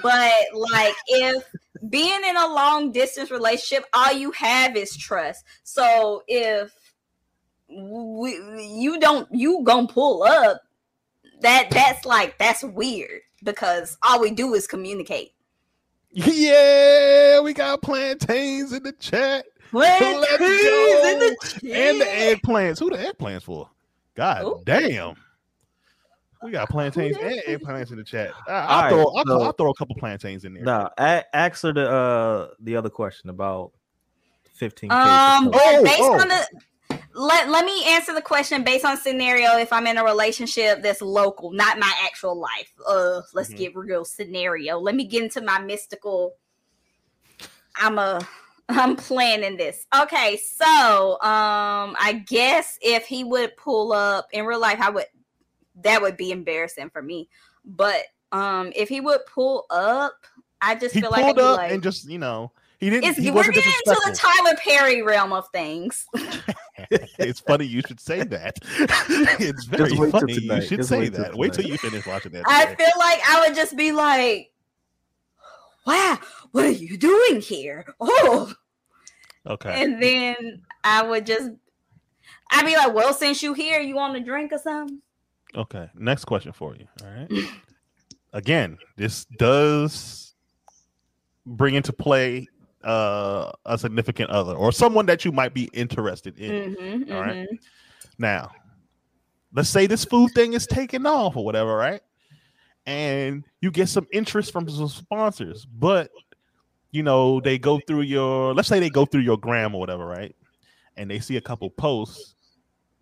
Speaker 4: but like if being in a long distance relationship all you have is trust so if we, you don't you gonna pull up that that's like that's weird because all we do is communicate.
Speaker 1: Yeah, we got plantains in the chat let's go. and the eggplants. Who the eggplants for? God
Speaker 4: Ooh.
Speaker 1: damn. We got plantains
Speaker 4: Who
Speaker 1: and
Speaker 4: that?
Speaker 1: eggplants in the chat. I, I'll,
Speaker 3: All right,
Speaker 1: throw, I'll, throw-
Speaker 3: so-
Speaker 1: I'll throw a couple plantains in there.
Speaker 3: Nah, a- ask her the uh the other question about 15
Speaker 1: Oh,
Speaker 4: um, but based
Speaker 1: oh.
Speaker 4: on the let let me answer the question based on scenario. If I'm in a relationship that's local, not my actual life. Uh, let's
Speaker 1: Mhm.
Speaker 4: get real scenario. Let me get into my mystical. I'm a. <laughs> I'm planning this. Okay, so um I guess if he would pull up in real life, I would that would be embarrassing for me. But um if he would pull up, I just
Speaker 1: He
Speaker 4: feel
Speaker 1: pulled
Speaker 4: like I'd be
Speaker 1: up
Speaker 4: like,
Speaker 1: and just, you know, he didn't.
Speaker 4: it's,
Speaker 1: he
Speaker 4: we're
Speaker 1: wasn't
Speaker 4: getting into
Speaker 1: disrespectful.
Speaker 4: the Tyler Perry realm of things.
Speaker 1: <laughs> it's funny you should say that. <laughs> it's very
Speaker 3: wait till
Speaker 1: funny you
Speaker 3: tonight.
Speaker 1: should
Speaker 3: Just
Speaker 1: say
Speaker 3: wait till
Speaker 1: that. Wait till
Speaker 3: tonight.
Speaker 1: you finish watching that.
Speaker 4: I
Speaker 1: today.
Speaker 4: feel like I would just be like, "Wow, what are you doing here?" Oh,
Speaker 1: okay.
Speaker 4: and then I would just, I'd be like, "Well, since you here, you want a drink or something?"
Speaker 1: Okay. Next question for you. All right. <laughs> Again, this does bring into play uh, a significant other or someone that you might be interested in.
Speaker 4: Mm-hmm,
Speaker 1: All right. Now, let's say this food thing is taking off or whatever, right? And you get some interest from some sponsors, but you know, they go through your let's say they go through your gram or whatever, right? And they see a couple posts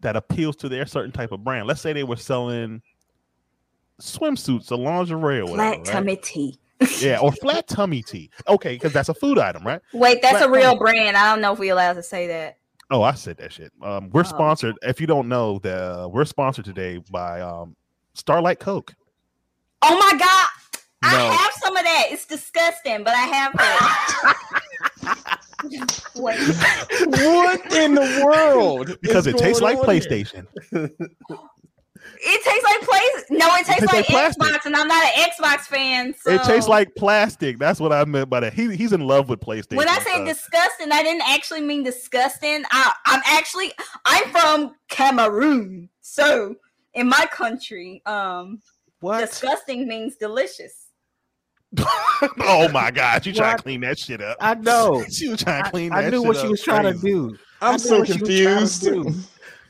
Speaker 1: that appeals to their certain type of brand. Let's say they were selling swimsuits or lingerie or whatever.
Speaker 4: Flat
Speaker 1: right?
Speaker 4: tummy tea.
Speaker 1: Yeah, or flat tummy tea. Okay, because that's a food item, right?
Speaker 4: Wait, that's
Speaker 1: Flat
Speaker 4: a real
Speaker 1: tummy.
Speaker 4: brand. I don't know if we allowed to say that.
Speaker 1: Oh, I said that shit. Um, we're
Speaker 4: Oh.
Speaker 1: sponsored. If you don't know, the uh, we're sponsored today by um, Starlight Coke.
Speaker 4: Oh my god,
Speaker 3: No.
Speaker 4: I have some of that. It's disgusting, but I have it.
Speaker 1: <laughs>
Speaker 4: Wait.
Speaker 2: What in the world?
Speaker 1: because
Speaker 2: is
Speaker 1: it tastes
Speaker 2: going
Speaker 1: like
Speaker 2: on here?
Speaker 1: PlayStation.
Speaker 4: It tastes like place. No, it tastes
Speaker 1: tastes
Speaker 4: like,
Speaker 1: like plastic.
Speaker 4: Xbox, and I'm not an Xbox fan. So
Speaker 1: It tastes like plastic. That's what I meant by that. He, he's in love with PlayStation.
Speaker 4: When I say
Speaker 1: so-
Speaker 4: disgusting, I didn't actually mean disgusting. I, I'm actually I'm from Cameroon, so in my country, um,
Speaker 3: What?
Speaker 4: disgusting means delicious.
Speaker 1: <laughs> oh my god, you trying
Speaker 3: What?
Speaker 1: to clean that shit up?
Speaker 3: I know.
Speaker 1: <laughs> she was trying to clean. that
Speaker 3: I knew
Speaker 1: shit
Speaker 3: what she
Speaker 1: up.
Speaker 3: was trying to
Speaker 1: Crazy.
Speaker 3: do. I
Speaker 2: I'm
Speaker 3: knew
Speaker 2: so
Speaker 3: what she was trying to
Speaker 2: <laughs> confused.
Speaker 3: do.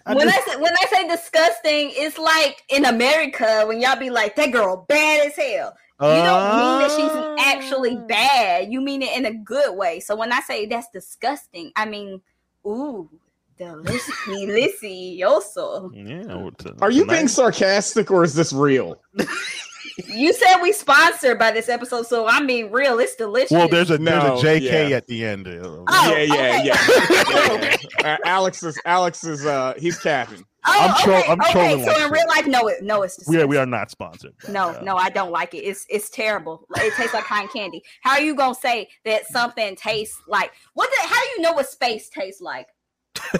Speaker 3: I
Speaker 4: when
Speaker 3: just-
Speaker 4: I say when I say disgusting, it's like in America when y'all be like that girl bad as hell. You don't mean that she's actually
Speaker 1: Oh.
Speaker 4: bad. You mean it in a good way. So when I say that's disgusting, I mean, ooh, delici- <laughs> delicioso.
Speaker 1: Yeah. well, t-
Speaker 2: Are you
Speaker 1: tonight-
Speaker 2: being sarcastic or is this real?
Speaker 4: You said we sponsored by this episode, so I mean, real, it's delicious.
Speaker 1: Well, there's a
Speaker 2: No,
Speaker 1: there's a JK
Speaker 2: yeah.
Speaker 1: at the end. uh,
Speaker 4: Oh,
Speaker 2: yeah, yeah,
Speaker 4: okay.
Speaker 2: yeah. <laughs> yeah. Uh, Alex is Alex is uh he's capping.
Speaker 4: oh,
Speaker 1: I'm tro- I'm trolling
Speaker 4: So
Speaker 1: like
Speaker 4: in real
Speaker 1: shit.
Speaker 4: life, no, it, no, it's
Speaker 1: We
Speaker 4: disgusting.
Speaker 1: are we are not sponsored. by,
Speaker 4: No,
Speaker 1: uh,
Speaker 4: no, I don't like it. It's it's terrible. Like, It tastes like cotton candy. How are you gonna say that something tastes like what? The, how do you know what space tastes like?
Speaker 1: I-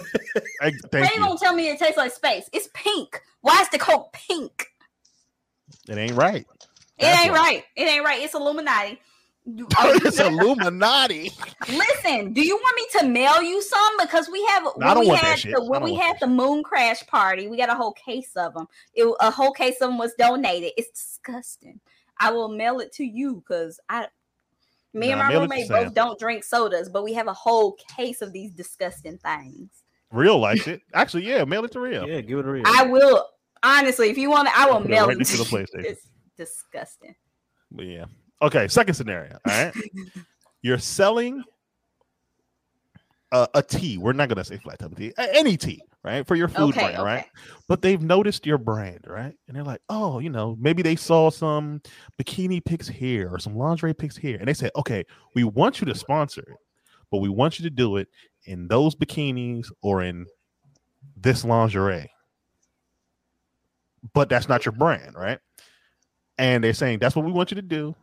Speaker 4: How
Speaker 1: thank
Speaker 4: you
Speaker 1: you.
Speaker 4: gonna tell me it tastes like space? It's pink. Why is the Coke pink?
Speaker 1: It ain't
Speaker 4: <laughs>
Speaker 1: right.
Speaker 4: It
Speaker 1: That's
Speaker 4: ain't
Speaker 1: why.
Speaker 4: right. It ain't right. It's Illuminati.
Speaker 1: <laughs>
Speaker 4: You- oh, you
Speaker 1: it's Illuminati.
Speaker 4: Listen, do you want me to mail you some? Because we have
Speaker 1: I don't
Speaker 4: when we
Speaker 1: want that
Speaker 4: had
Speaker 1: shit.
Speaker 4: the,
Speaker 1: I
Speaker 4: when
Speaker 1: don't
Speaker 4: we
Speaker 1: want
Speaker 4: had
Speaker 1: that
Speaker 4: the moon crash party, we got a whole case of them. It, a whole case of them was donated. It's disgusting. I will mail it to you because I, me and
Speaker 1: Nah, mail
Speaker 4: my
Speaker 1: it to
Speaker 4: roommate
Speaker 1: Sam.
Speaker 4: both don't drink sodas, but we have a whole case of these disgusting things.
Speaker 1: Real <laughs> likes it. Actually, yeah, mail it to real.
Speaker 3: yeah, give it a real.
Speaker 4: I will honestly, if you want, it, I will
Speaker 1: Put it
Speaker 4: Oh, mail
Speaker 1: right
Speaker 4: it
Speaker 1: next to
Speaker 4: to you.
Speaker 1: the PlayStation.
Speaker 4: It's disgusting.
Speaker 1: But yeah. Okay, second scenario. All
Speaker 4: <laughs>
Speaker 1: right. You're selling a, a tea. We're not going to say flat tub tea, a- any tea, right? For your food
Speaker 4: okay,
Speaker 1: brand,
Speaker 4: okay.
Speaker 1: right? But they've noticed your brand, right? And they're like, oh, you know, maybe they saw some bikini pics here or some lingerie pics here. And they said, okay, we want you to sponsor it, but we want you to do it in those bikinis or in this lingerie. But that's not your brand, right? And they're saying that's what we want you to do.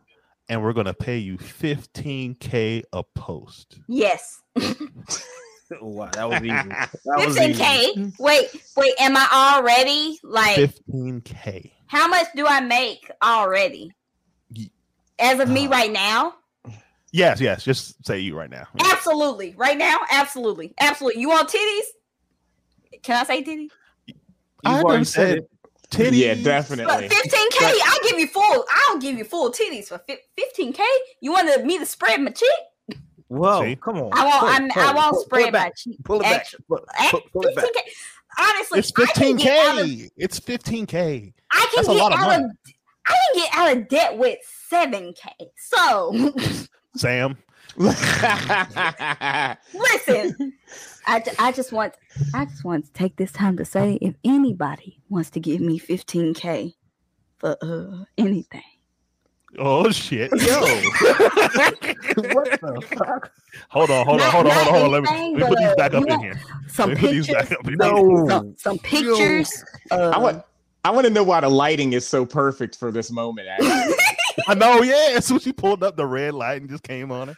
Speaker 1: And we're going to pay you 15K a post.
Speaker 4: Yes.
Speaker 3: wow, that was easy. That was easy.
Speaker 4: 15K. Wait, wait, am I already like
Speaker 1: 15K.
Speaker 4: how much do I make already?
Speaker 1: Ye-
Speaker 4: As of me
Speaker 1: Uh,
Speaker 4: right now?
Speaker 1: Yes, yes. Just say you right now. Yeah.
Speaker 4: Absolutely. Right now? Absolutely. Absolutely. You want titties? Can I say titties?
Speaker 3: You've
Speaker 1: I
Speaker 3: already
Speaker 1: never said Titties.
Speaker 2: Yeah,
Speaker 4: But
Speaker 2: definitely.
Speaker 4: 15K, I'll give you full, I'll give you full titties for fif- 15K. You want me to spread my cheek?
Speaker 3: Whoa,
Speaker 1: See?
Speaker 3: come on.
Speaker 4: I won't,
Speaker 3: Pull it,
Speaker 4: I'm,
Speaker 3: pull
Speaker 4: I
Speaker 3: it,
Speaker 4: won't
Speaker 3: pull it,
Speaker 4: spread
Speaker 3: pull it
Speaker 4: my
Speaker 3: back.
Speaker 4: cheek.
Speaker 3: Pull it back.
Speaker 4: Act-
Speaker 3: Pull,
Speaker 4: act-
Speaker 3: pull, pull it back.
Speaker 4: 15K. Honestly,
Speaker 1: It's
Speaker 4: I can get out of
Speaker 1: 15K. It's 15K.
Speaker 4: I can
Speaker 1: That's a
Speaker 4: get
Speaker 1: lot of
Speaker 4: out of I can get out of debt with seven k. So
Speaker 1: Sam.
Speaker 2: <laughs>
Speaker 4: listen, I, ju- I just want I just want to take this time to say if anybody wants to give me fifteen k for uh, anything,
Speaker 1: Oh
Speaker 4: <laughs>
Speaker 1: shit.
Speaker 3: Yo.
Speaker 1: what <laughs> the fuck? Hold on, hold on, hold on, hold on, hold on. Let me, let me put these back up in here. Let
Speaker 4: uh, some
Speaker 1: me put these
Speaker 4: pictures,
Speaker 1: back up in here.
Speaker 4: some,
Speaker 3: No.
Speaker 4: some pictures.
Speaker 2: I
Speaker 4: uh,
Speaker 2: want I want to know why the lighting is so perfect for this moment. Actually.
Speaker 1: I know, yeah. As soon as she pulled up the red light and just came on it.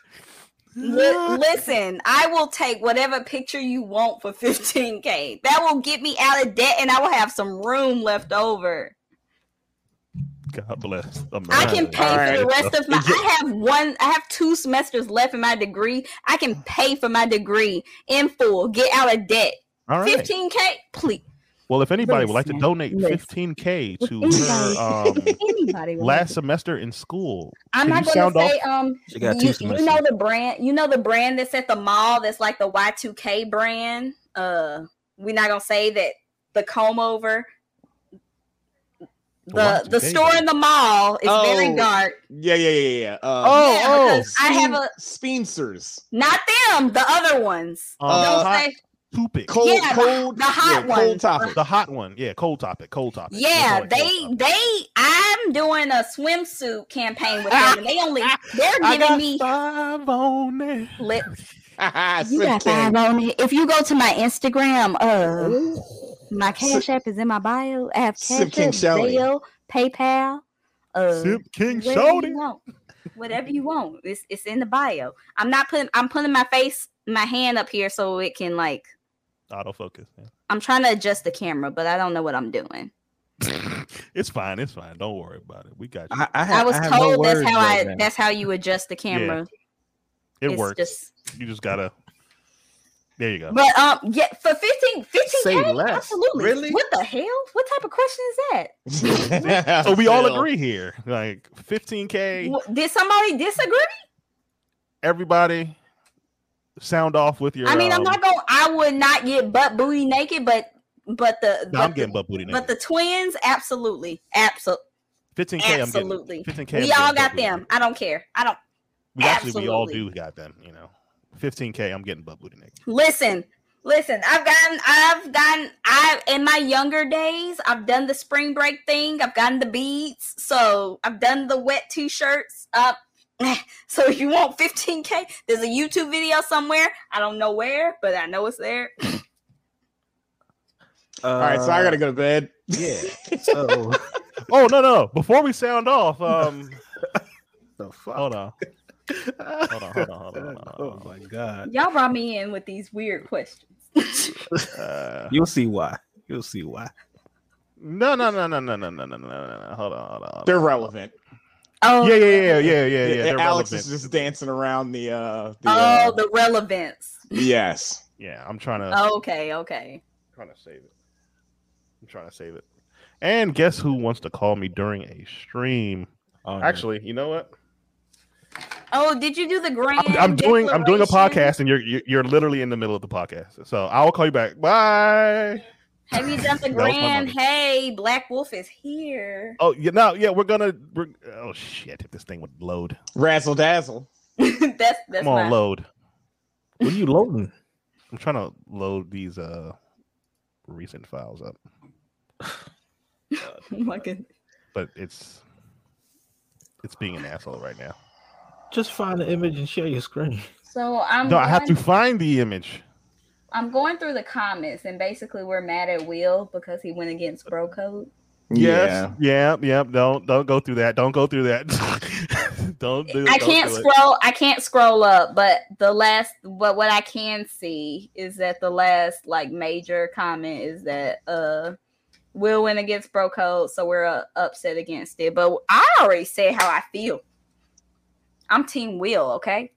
Speaker 4: Li- listen, I will take whatever picture you want for 15k. That will get me out of debt and I will have some room left over.
Speaker 1: God bless.
Speaker 4: I can
Speaker 1: America.
Speaker 4: pay for the rest of my
Speaker 2: Is it-
Speaker 4: I have one I have two semesters left in my degree. I can pay for my degree in full. Get out of debt.
Speaker 1: All right.
Speaker 4: 15k, please.
Speaker 1: Well, if anybody would like to
Speaker 4: Listen,
Speaker 1: donate
Speaker 4: listen.
Speaker 1: 15K
Speaker 4: If
Speaker 1: to
Speaker 4: anybody-
Speaker 1: her um,
Speaker 4: <laughs> Anybody wants
Speaker 1: last
Speaker 4: it.
Speaker 1: semester in school,
Speaker 4: I'm
Speaker 1: can
Speaker 4: not
Speaker 1: you
Speaker 4: gonna
Speaker 1: sound off-
Speaker 4: say um
Speaker 3: She got two
Speaker 4: you, you
Speaker 3: semesters.
Speaker 4: know the brand you know the brand that's at the mall that's like the Y2K brand. Uh we're not gonna say that the comb over. The the,
Speaker 1: Y2K
Speaker 4: store in the mall is very
Speaker 2: Oh.
Speaker 4: dark.
Speaker 2: yeah, yeah, yeah, yeah. Uh,
Speaker 1: Oh,
Speaker 4: yeah,
Speaker 1: oh.
Speaker 4: because I have a
Speaker 2: Spencers.
Speaker 4: not them, the other ones.
Speaker 1: Uh,
Speaker 4: Don't
Speaker 1: hot
Speaker 4: say
Speaker 1: topic.
Speaker 2: Cold,
Speaker 4: Yeah, the-
Speaker 2: cold,
Speaker 4: the hot
Speaker 2: yeah, cold
Speaker 4: ones.
Speaker 2: topic. <laughs>
Speaker 1: the hot one. Yeah, cold topic. Cold topic. We'll
Speaker 4: Yeah,
Speaker 1: call it cold
Speaker 4: they
Speaker 1: topic.
Speaker 4: they I'm doing a swimsuit campaign with them. and They
Speaker 1: <laughs>
Speaker 4: only they're
Speaker 1: I
Speaker 4: giving
Speaker 1: got
Speaker 4: me
Speaker 1: five on it.
Speaker 4: lip. You got five
Speaker 2: 15.
Speaker 4: on it. If you go to my Instagram, uh,
Speaker 2: <laughs>
Speaker 4: my
Speaker 2: Sip-
Speaker 4: Cash App is in my bio. I have
Speaker 2: Sip
Speaker 4: Cash
Speaker 2: King
Speaker 4: App,
Speaker 2: Shelley.
Speaker 4: Zelle, PayPal. Uh,
Speaker 1: Sip King
Speaker 4: whatever
Speaker 1: Shorty.
Speaker 4: you want, whatever you want. It's it's in the bio. I'm not putting I'm putting my face my hand up here so it can like
Speaker 1: Autofocus. man. <laughs>
Speaker 4: I'm trying to adjust the camera, but I don't know what I'm doing.
Speaker 1: It's fine. It's fine. Don't worry about it. We got you.
Speaker 3: I, I,
Speaker 4: I
Speaker 3: have,
Speaker 4: was
Speaker 3: have no
Speaker 4: told that's
Speaker 3: words
Speaker 4: how
Speaker 3: right
Speaker 4: I
Speaker 3: now.
Speaker 4: that's how you adjust the camera.
Speaker 1: it
Speaker 4: it's
Speaker 1: works.
Speaker 4: Just,
Speaker 1: You just gotta. There you go.
Speaker 4: but um, yeah, for 15, 15
Speaker 2: Say
Speaker 4: K,
Speaker 2: less.
Speaker 4: absolutely.
Speaker 3: Really?
Speaker 4: What the hell? What type of question is that?
Speaker 1: so we all agree here. Like 15k.
Speaker 4: Wh- Did somebody disagree?
Speaker 1: Everybody, sound off with your.
Speaker 4: I mean, I'm
Speaker 1: um,
Speaker 4: not going. to I would not get butt booty naked, but but the
Speaker 1: no,
Speaker 4: but,
Speaker 1: I'm getting butt booty.
Speaker 4: but the twins, absolutely, absolutely,
Speaker 1: naked. 15k. I'm getting.
Speaker 4: absolutely.
Speaker 1: 15k. I'm
Speaker 4: We
Speaker 1: getting
Speaker 4: all
Speaker 1: butt
Speaker 4: got
Speaker 1: booty
Speaker 4: them.
Speaker 1: naked.
Speaker 4: I don't care. I don't
Speaker 1: We actually we all do
Speaker 4: Absolutely.
Speaker 1: got them. You know, 15k. I'm getting butt booty naked.
Speaker 4: Listen, listen. I've gotten, I've gotten, I in my younger days, I've done the spring break thing. I've gotten the beads, so I've done the wet t-shirts. Up. <laughs> So if you want 15k, there's a YouTube video somewhere. I don't know where, but I know
Speaker 1: <laughs>
Speaker 4: it's there.
Speaker 2: All right, so I gotta go to bed.
Speaker 3: <laughs> Yeah. So
Speaker 1: Oh no no! Before we sound off, um,
Speaker 3: the fuck. <laughs>
Speaker 1: hold on, hold on, hold on, hold on. Hold on, hold
Speaker 3: Oh
Speaker 1: on.
Speaker 3: my god.
Speaker 4: Y'all brought me in with these weird questions. <laughs>
Speaker 1: Uh,
Speaker 3: You'll see why. You'll see why.
Speaker 1: no, no, no, no, no, no, no, no, no, no. no. Hold on, hold on. Hold
Speaker 2: <laughs> They're
Speaker 1: on.
Speaker 2: relevant.
Speaker 4: oh,
Speaker 1: Yeah, yeah, yeah, yeah, yeah, yeah.
Speaker 2: Yeah,
Speaker 1: They're
Speaker 2: Alex
Speaker 1: relevant.
Speaker 2: is just dancing around the uh the,
Speaker 4: oh,
Speaker 2: uh,
Speaker 4: the relevance.
Speaker 2: yes.
Speaker 1: Yeah, I'm trying to
Speaker 4: Okay, okay.
Speaker 1: trying to save it. I'm trying to save it. And guess who wants to call me during a stream?
Speaker 3: Oh, no.
Speaker 1: Actually, you know what?
Speaker 4: Oh, did you do the grand?
Speaker 1: I'm, I'm doing I'm doing a
Speaker 4: declaration?
Speaker 1: podcast, and you're you're you're literally in the middle of the podcast. So I'll call you back. Bye.
Speaker 4: Have you done
Speaker 1: That
Speaker 4: the
Speaker 1: was my
Speaker 4: grand?
Speaker 1: mother.
Speaker 4: Hey, Black Wolf is here.
Speaker 1: Oh, yeah, no, yeah, we're gonna. We're, oh shit! If this thing would load,
Speaker 2: Razzle dazzle.
Speaker 4: <laughs> that's that's
Speaker 1: Oh. come on,
Speaker 4: <laughs> my
Speaker 1: load.
Speaker 3: What are you loading?
Speaker 1: I'm trying to load these uh recent files up,
Speaker 4: fucking.
Speaker 1: but it's it's being an asshole right now.
Speaker 3: Just find the image and share your screen.
Speaker 4: So I'm
Speaker 1: No, I have to
Speaker 4: going-
Speaker 1: find the image.
Speaker 4: I'm going through the comments and basically we're mad at Will because he went against bro code.
Speaker 1: Yes. Yeah. Yeah. Don't don't go through that. Don't go through that. <laughs> don't do
Speaker 4: I
Speaker 1: don't
Speaker 4: can't
Speaker 1: do it.
Speaker 4: scroll I can't scroll up, but the last but what I can see is that the last like major comment is that uh Will went against bro code, so we're uh, upset against it. But I already said how I feel. I'm team Will, okay?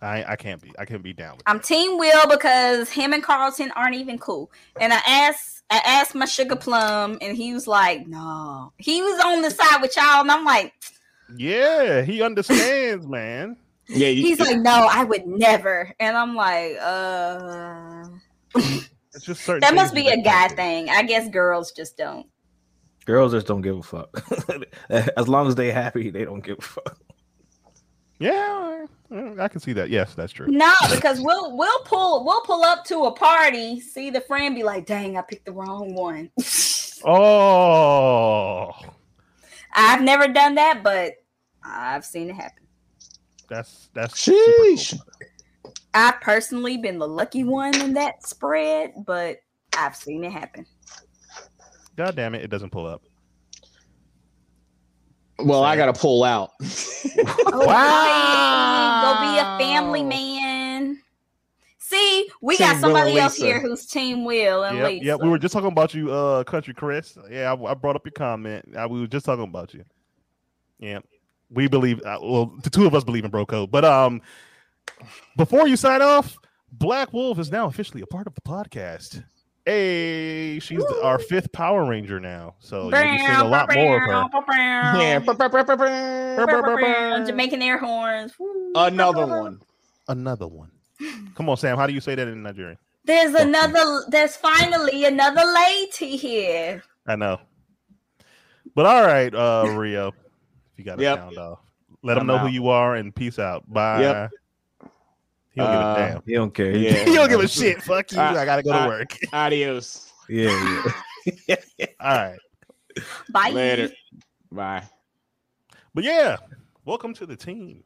Speaker 1: I I can't be. I can't be down with.
Speaker 4: I'm team Will because him and Carlton aren't even cool. And I asked I asked my sugar plum and he was like, no. He was on the side with y'all and I'm like,
Speaker 1: Yeah, he understands, man.
Speaker 2: Yeah. You,
Speaker 4: he's like, no, I would never. And I'm like, uh
Speaker 1: It's just certain.
Speaker 4: that
Speaker 1: things
Speaker 4: must
Speaker 1: you
Speaker 4: be a
Speaker 1: just
Speaker 4: guy
Speaker 1: can't do.
Speaker 4: thing. I guess girls just don't.
Speaker 3: Girls just don't give a fuck. <laughs> as long as they happy, they don't give a fuck.
Speaker 1: Yeah, mm, I can see that. Yes, that's true.
Speaker 4: No, because we'll we'll pull we'll pull up to a party, see the friend be like, dang, I picked the wrong one. <laughs>
Speaker 1: Oh,
Speaker 4: I've never done that, but I've seen it happen.
Speaker 1: that's that's. super cool.
Speaker 2: sheesh.
Speaker 4: I've personally been the lucky one in that spread, but I've seen it happen. <laughs>
Speaker 1: God damn it! It doesn't pull up.
Speaker 2: Well, I gotta pull out.
Speaker 4: Go be a
Speaker 2: Wow.
Speaker 4: family man. See, we
Speaker 2: Team
Speaker 4: got somebody
Speaker 2: Will and
Speaker 4: else
Speaker 2: Lisa.
Speaker 4: here who's Team Will and
Speaker 1: Yep,
Speaker 4: Lisa.
Speaker 1: yep. We were just talking about you, uh, Country Chris. Yeah, I, I brought up your comment. I, we were just talking about you. Yeah, we believe. Uh, well, the two of us believe in bro code. But um, before you sign off, Black Wolf is now officially a part of the podcast. Hey, she's
Speaker 4: Woo.
Speaker 1: our fifth Power Ranger now, so you'll be seeing a lot more of her.
Speaker 4: Um,
Speaker 2: Yeah. brr, brr, brr, brr, brr.
Speaker 4: Jamaican air horns.
Speaker 2: Another one.
Speaker 1: Another one. Come on, Sam. How do you say that in Nigerian?
Speaker 4: There's another. There's finally another lady here.
Speaker 1: I know. But all right,
Speaker 2: <laughs>
Speaker 1: uh, Rio, if you got a
Speaker 2: Yep.
Speaker 1: sound off, let them
Speaker 2: I'm
Speaker 1: know who
Speaker 2: out.
Speaker 1: you are and peace out. Bye.
Speaker 2: Yep.
Speaker 1: He don't
Speaker 2: Uh,
Speaker 1: give a damn.
Speaker 3: He don't care.
Speaker 2: Yeah.
Speaker 3: <laughs>
Speaker 2: <laughs>
Speaker 1: He don't give a shit. Fuck you.
Speaker 2: I-
Speaker 1: I gotta go to
Speaker 2: I-
Speaker 1: work. <laughs>
Speaker 2: Adios.
Speaker 3: Yeah, yeah.
Speaker 1: all right.
Speaker 4: Bye.
Speaker 2: Later. Bye.
Speaker 1: But yeah, welcome to the team,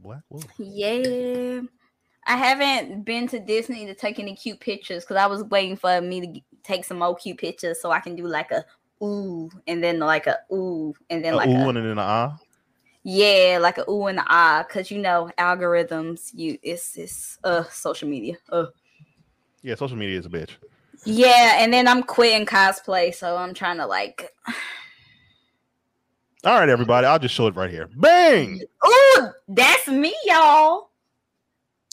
Speaker 1: Black Wolf.
Speaker 4: Yeah. I haven't been to Disney to take any cute pictures because I was waiting for me to g- take some old cute pictures so I can do like a ooh and then like a ooh and then
Speaker 1: A
Speaker 4: like
Speaker 1: ooh
Speaker 4: a
Speaker 1: and an ah.
Speaker 4: yeah like a ooh and a ah because you know algorithms you it's it's uh social media uh
Speaker 1: Yeah, social media is a bitch.
Speaker 4: yeah and then I'm quitting cosplay so I'm trying to like
Speaker 1: All right, everybody. I'll just show it right here. Bang.
Speaker 4: ooh that's me y'all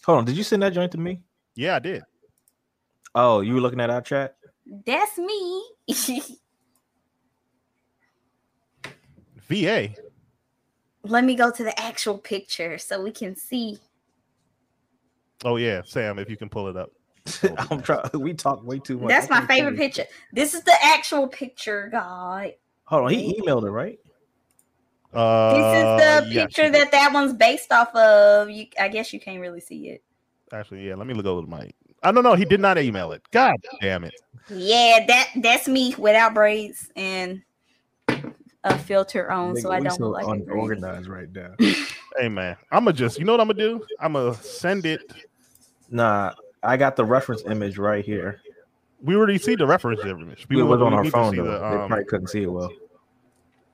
Speaker 3: Hold on. Did you send that joint to me?
Speaker 1: Yeah, I did.
Speaker 3: Oh, you were looking at our chat.
Speaker 4: that's me <laughs>
Speaker 1: VA.
Speaker 4: let me go to the actual picture so we can see
Speaker 1: Oh yeah, Sam. If you can pull it
Speaker 2: <laughs>
Speaker 1: up.
Speaker 3: <laughs> I'm trying. We talk way too much.
Speaker 4: That's
Speaker 3: I
Speaker 4: my
Speaker 3: can't
Speaker 4: favorite
Speaker 3: tell you.
Speaker 4: picture. This is the actual picture, God.
Speaker 3: Hold on. He emailed it, right?
Speaker 4: This
Speaker 1: Uh,
Speaker 4: is the
Speaker 1: yes,
Speaker 4: picture
Speaker 1: you did.
Speaker 4: that that one's based off of. You, I guess you can't really see it.
Speaker 1: Actually, yeah. Let me look over my. I don't know. He did not email it. God damn it.
Speaker 4: Yeah, that that's me without braids and a filter on, Um, so
Speaker 3: Nigga,
Speaker 4: I
Speaker 3: we
Speaker 4: don't look like a braid.
Speaker 3: unorganized right now.
Speaker 1: Hey man, I'm gonna just. You know what I'm gonna do? I'm gonna send it.
Speaker 3: Nah, I got the reference image right here.
Speaker 1: We already see the reference image.
Speaker 3: We, was
Speaker 1: would-
Speaker 3: on our
Speaker 1: need to
Speaker 3: phone
Speaker 1: see
Speaker 3: though.
Speaker 1: the,
Speaker 3: they
Speaker 1: um,
Speaker 3: probably couldn't see it well.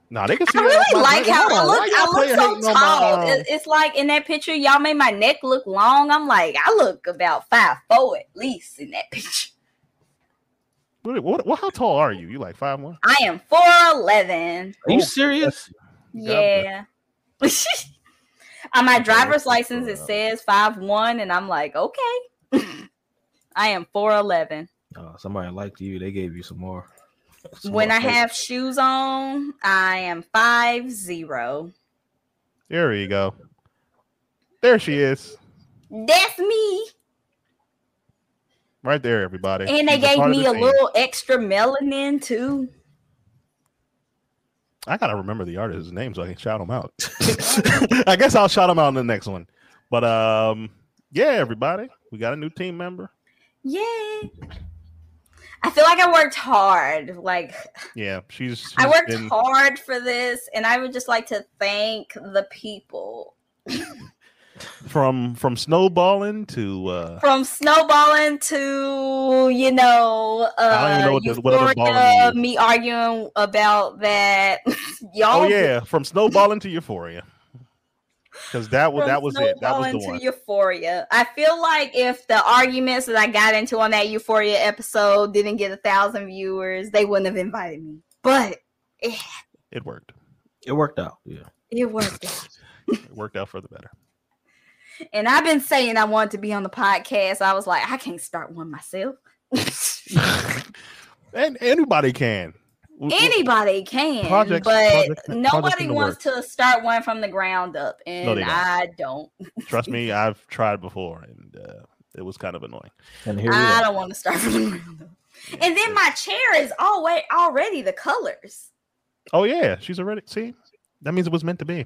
Speaker 1: nah, they can see.
Speaker 4: I
Speaker 1: it off my
Speaker 4: really like
Speaker 1: brain.
Speaker 4: how
Speaker 1: Hold
Speaker 4: I
Speaker 1: on, why
Speaker 4: look.
Speaker 1: y'all player
Speaker 4: I look
Speaker 1: hating
Speaker 4: so
Speaker 1: on my,
Speaker 4: tall.
Speaker 1: um,
Speaker 4: It- It's like in that picture, y'all made my neck look long. I'm like, I look about five four at least in that picture.
Speaker 1: what, what, what- How tall are you? You like five one?
Speaker 4: I am four eleven.
Speaker 3: Are you serious?
Speaker 4: Yeah. <laughs> On my
Speaker 1: Okay, let's
Speaker 4: driver's
Speaker 1: look
Speaker 4: license,
Speaker 1: for
Speaker 4: it
Speaker 1: that.
Speaker 4: says five one, and I'm like, okay. <laughs> I am four eleven.
Speaker 3: Oh, somebody liked you. They gave you some more. some
Speaker 4: When
Speaker 3: more
Speaker 4: I
Speaker 3: faith.
Speaker 4: have shoes on, I am five zero.
Speaker 1: There you go. There she is.
Speaker 4: That's me.
Speaker 1: right there, everybody.
Speaker 4: And they
Speaker 1: He's
Speaker 4: gave
Speaker 1: part of
Speaker 4: me
Speaker 1: the
Speaker 4: a
Speaker 1: team.
Speaker 4: little extra melanin too.
Speaker 1: I gotta remember the artist's name so I can shout him out. <laughs> I guess I'll shout him out in the next one. But um, yeah, everybody, we got a new team member.
Speaker 4: Yay. I feel like I worked hard. Like
Speaker 1: Yeah, she's. she's
Speaker 4: I worked
Speaker 1: been-
Speaker 4: hard for this, and I would just like to thank the people
Speaker 1: from from snowballing to uh,
Speaker 4: from snowballing to you know, uh,
Speaker 1: I don't even know what the- what other balling
Speaker 4: euphoria,
Speaker 1: is.
Speaker 4: me arguing about that. <laughs> Y'all,
Speaker 1: oh yeah, from snowballing to euphoria. Because that was
Speaker 4: from
Speaker 1: that was it. That was
Speaker 4: Snowballing
Speaker 1: the
Speaker 4: to
Speaker 1: one.
Speaker 4: Euphoria. I feel like if the arguments that I got into on that Euphoria episode didn't get a thousand viewers, they wouldn't have invited me. But it,
Speaker 1: It worked.
Speaker 3: It worked out. Yeah.
Speaker 4: it worked out.
Speaker 1: It worked out for the better.
Speaker 4: And I've been saying I wanted to be on the podcast. I was like, I can't start
Speaker 1: <laughs>
Speaker 4: one myself. <laughs>
Speaker 1: and anybody can. W- w-
Speaker 4: Anybody can,
Speaker 1: Projects-
Speaker 4: but
Speaker 1: projects- projects
Speaker 4: nobody
Speaker 1: in the
Speaker 4: wants to start one from the ground up, and
Speaker 1: they don't.
Speaker 4: I don't.
Speaker 1: Trust me, I've tried before, and uh, it was kind of annoying.
Speaker 3: And here we
Speaker 4: I
Speaker 3: are.
Speaker 4: don't want to start from the ground up.
Speaker 1: Yeah,
Speaker 4: And then
Speaker 1: it-
Speaker 4: my chair is always already the colors.
Speaker 1: Oh yeah, she's already. See, that means it was meant to be.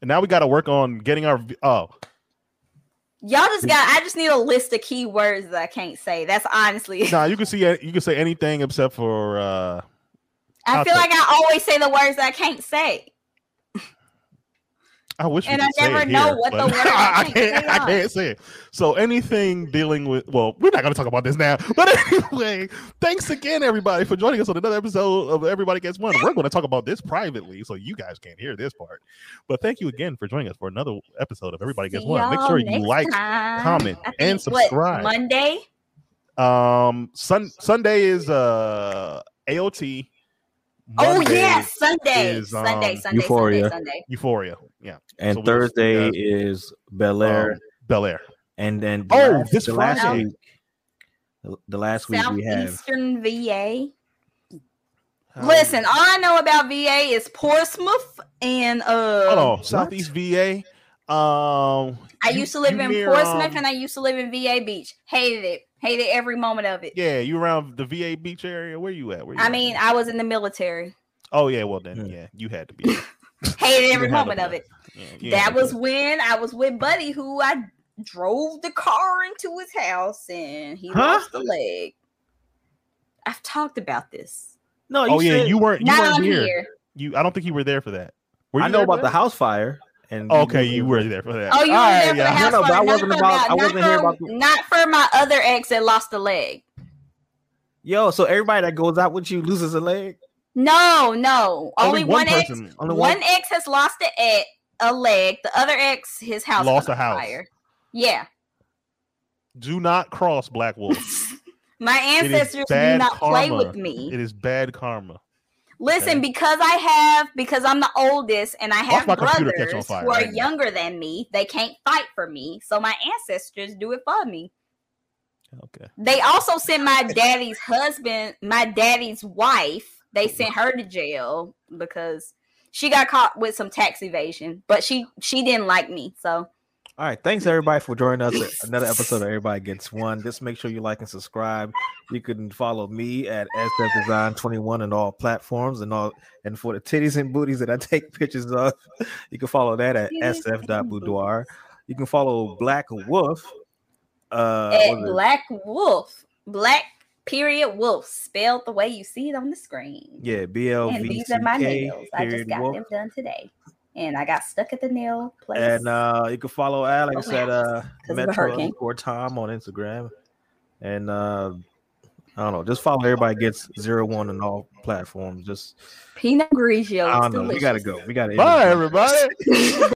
Speaker 1: And now we got to work on getting our. v- Oh,
Speaker 4: Y'all just got. I just need a list of keywords that I can't say. That's honestly.
Speaker 1: nah, you can see. You can say anything except for. uh
Speaker 4: <laughs> I feel
Speaker 1: okay.
Speaker 4: like I always say the words that I can't say.
Speaker 1: I wish. we
Speaker 4: And I
Speaker 1: could say it
Speaker 4: never know
Speaker 1: here,
Speaker 4: what the
Speaker 1: but <laughs>
Speaker 4: words I
Speaker 1: I can't.
Speaker 4: can't say
Speaker 1: I
Speaker 4: are.
Speaker 1: can't say it. So anything dealing with. Well, we're not going to talk about this now. But <laughs> anyway, thanks again, everybody, for joining us on another episode of Everybody Gets One. We're going to talk about this privately, so you guys can't hear this part. But thank you again for joining us for another episode of Everybody Gets
Speaker 4: See
Speaker 1: One. Make
Speaker 4: y'all
Speaker 1: sure you
Speaker 4: next
Speaker 1: like,
Speaker 4: time.
Speaker 1: comment,
Speaker 4: I
Speaker 1: and
Speaker 4: think, what,
Speaker 1: subscribe.
Speaker 4: Monday.
Speaker 1: Um, sun Sunday is uh AOT.
Speaker 4: Oh
Speaker 1: Monday
Speaker 4: yes, Sunday,
Speaker 1: is,
Speaker 4: Sunday,
Speaker 1: um,
Speaker 4: Sunday,
Speaker 3: Euphoria.
Speaker 4: Sunday, Sunday.
Speaker 1: Euphoria. Yeah,
Speaker 3: And
Speaker 1: So we'll see you
Speaker 3: Thursday
Speaker 1: guys.
Speaker 3: is Bel Air.
Speaker 1: um, Bel Air.
Speaker 3: and then
Speaker 1: Oh, this Friday.
Speaker 3: last week, the- the last week we have
Speaker 4: Southeastern VA.
Speaker 1: Um,
Speaker 4: Listen, all I know about VA is Portsmouth and uh.
Speaker 3: Oh,
Speaker 1: hold on, Southeast VA. Um,
Speaker 4: I
Speaker 1: you-
Speaker 4: used to live
Speaker 1: you
Speaker 4: in
Speaker 1: near,
Speaker 4: Portsmouth
Speaker 1: um,
Speaker 4: and I used to live in VA Beach. Hated it. Hated every moment of it.
Speaker 1: yeah, you around the VA beach area? Where you at? Where you
Speaker 4: I
Speaker 1: at?
Speaker 4: mean, I was in the military.
Speaker 1: oh yeah, well then,
Speaker 3: Yeah.
Speaker 1: yeah, you had to be. there.
Speaker 4: Hated every
Speaker 1: You had to
Speaker 4: moment
Speaker 1: be
Speaker 4: of
Speaker 1: there.
Speaker 4: it. <laughs>
Speaker 1: Yeah, you had
Speaker 4: that
Speaker 1: to be
Speaker 4: was
Speaker 1: there.
Speaker 4: when I was with Buddy, who I drove the car into his house and he
Speaker 3: Huh?
Speaker 4: lost a leg. I've talked about this.
Speaker 3: no.
Speaker 1: Oh yeah, you weren't. You
Speaker 4: Not
Speaker 1: weren't
Speaker 4: on
Speaker 1: here.
Speaker 4: here.
Speaker 1: You, I don't think you were there for that. Were you
Speaker 3: I know
Speaker 1: there for
Speaker 3: about the
Speaker 1: that?
Speaker 3: house fire, and
Speaker 1: Okay, you were there for that.
Speaker 4: Oh, you
Speaker 1: All right,
Speaker 4: were there for the
Speaker 1: yeah.
Speaker 4: house
Speaker 3: No, no, but
Speaker 4: fire,
Speaker 3: I
Speaker 4: not
Speaker 3: wasn't
Speaker 4: for
Speaker 3: about-
Speaker 4: my-
Speaker 3: I wasn't
Speaker 4: not
Speaker 3: here
Speaker 4: for-
Speaker 3: about the-
Speaker 4: Not for my other ex that lost a leg.
Speaker 3: Yo, so everybody that goes out with you loses a leg.
Speaker 4: No, no. Only, one, ex.
Speaker 3: Only
Speaker 4: one
Speaker 3: one.
Speaker 4: ex has lost a, e- a leg. The other ex, his house
Speaker 1: Lost
Speaker 4: caught
Speaker 1: a house.
Speaker 4: fire. Yeah. <laughs>
Speaker 1: Do not cross Black Wolf.
Speaker 4: My
Speaker 1: is
Speaker 4: ancestors do
Speaker 1: bad
Speaker 4: not play
Speaker 1: karma.
Speaker 4: with me.
Speaker 1: it is bad karma.
Speaker 4: Listen,
Speaker 1: Okay.
Speaker 4: because I have because I'm the oldest and I have
Speaker 1: my computer catch on
Speaker 4: brothers
Speaker 1: fire
Speaker 4: who are
Speaker 1: right now.
Speaker 4: younger than me, they can't fight for me. So my ancestors do it for me.
Speaker 1: Okay.
Speaker 4: They also sent my
Speaker 3: <laughs>
Speaker 4: daddy's husband, my daddy's wife, they sent her to jail because she got caught with some tax evasion, but she she didn't like me. So
Speaker 3: All right, thanks everybody for joining us. at Another episode of Everybody Gets One. Just make sure you like and subscribe. You can follow me at SF Design Twenty One on all platforms and all. And for the titties and booties that I <laughs> take pictures of, you can follow that at sf.boudoir. You can follow Black Wolf. Uh, what
Speaker 4: at
Speaker 3: is it?
Speaker 4: Black Wolf, Black period Wolf, spelled the way you see it on the screen.
Speaker 3: Yeah, B L
Speaker 4: and
Speaker 3: V
Speaker 4: these
Speaker 3: C
Speaker 4: are my
Speaker 3: K
Speaker 4: nails. I just
Speaker 3: period
Speaker 4: got
Speaker 3: wolf.
Speaker 4: them done today, and I got stuck at the nail place.
Speaker 3: And uh, you can follow Alex
Speaker 4: Okay.
Speaker 3: at uh,
Speaker 4: Oh, 'Cause of the
Speaker 3: Metro
Speaker 4: hurricane.
Speaker 3: underscore Tom on Instagram, and uh, I don't know, just follow everybody gets zero one on all platforms. Just
Speaker 4: Pinot Grigio.
Speaker 3: I don't
Speaker 4: is
Speaker 3: know, we
Speaker 4: delicious.
Speaker 3: gotta go, we gotta end
Speaker 1: Bye,
Speaker 3: this.
Speaker 1: everybody.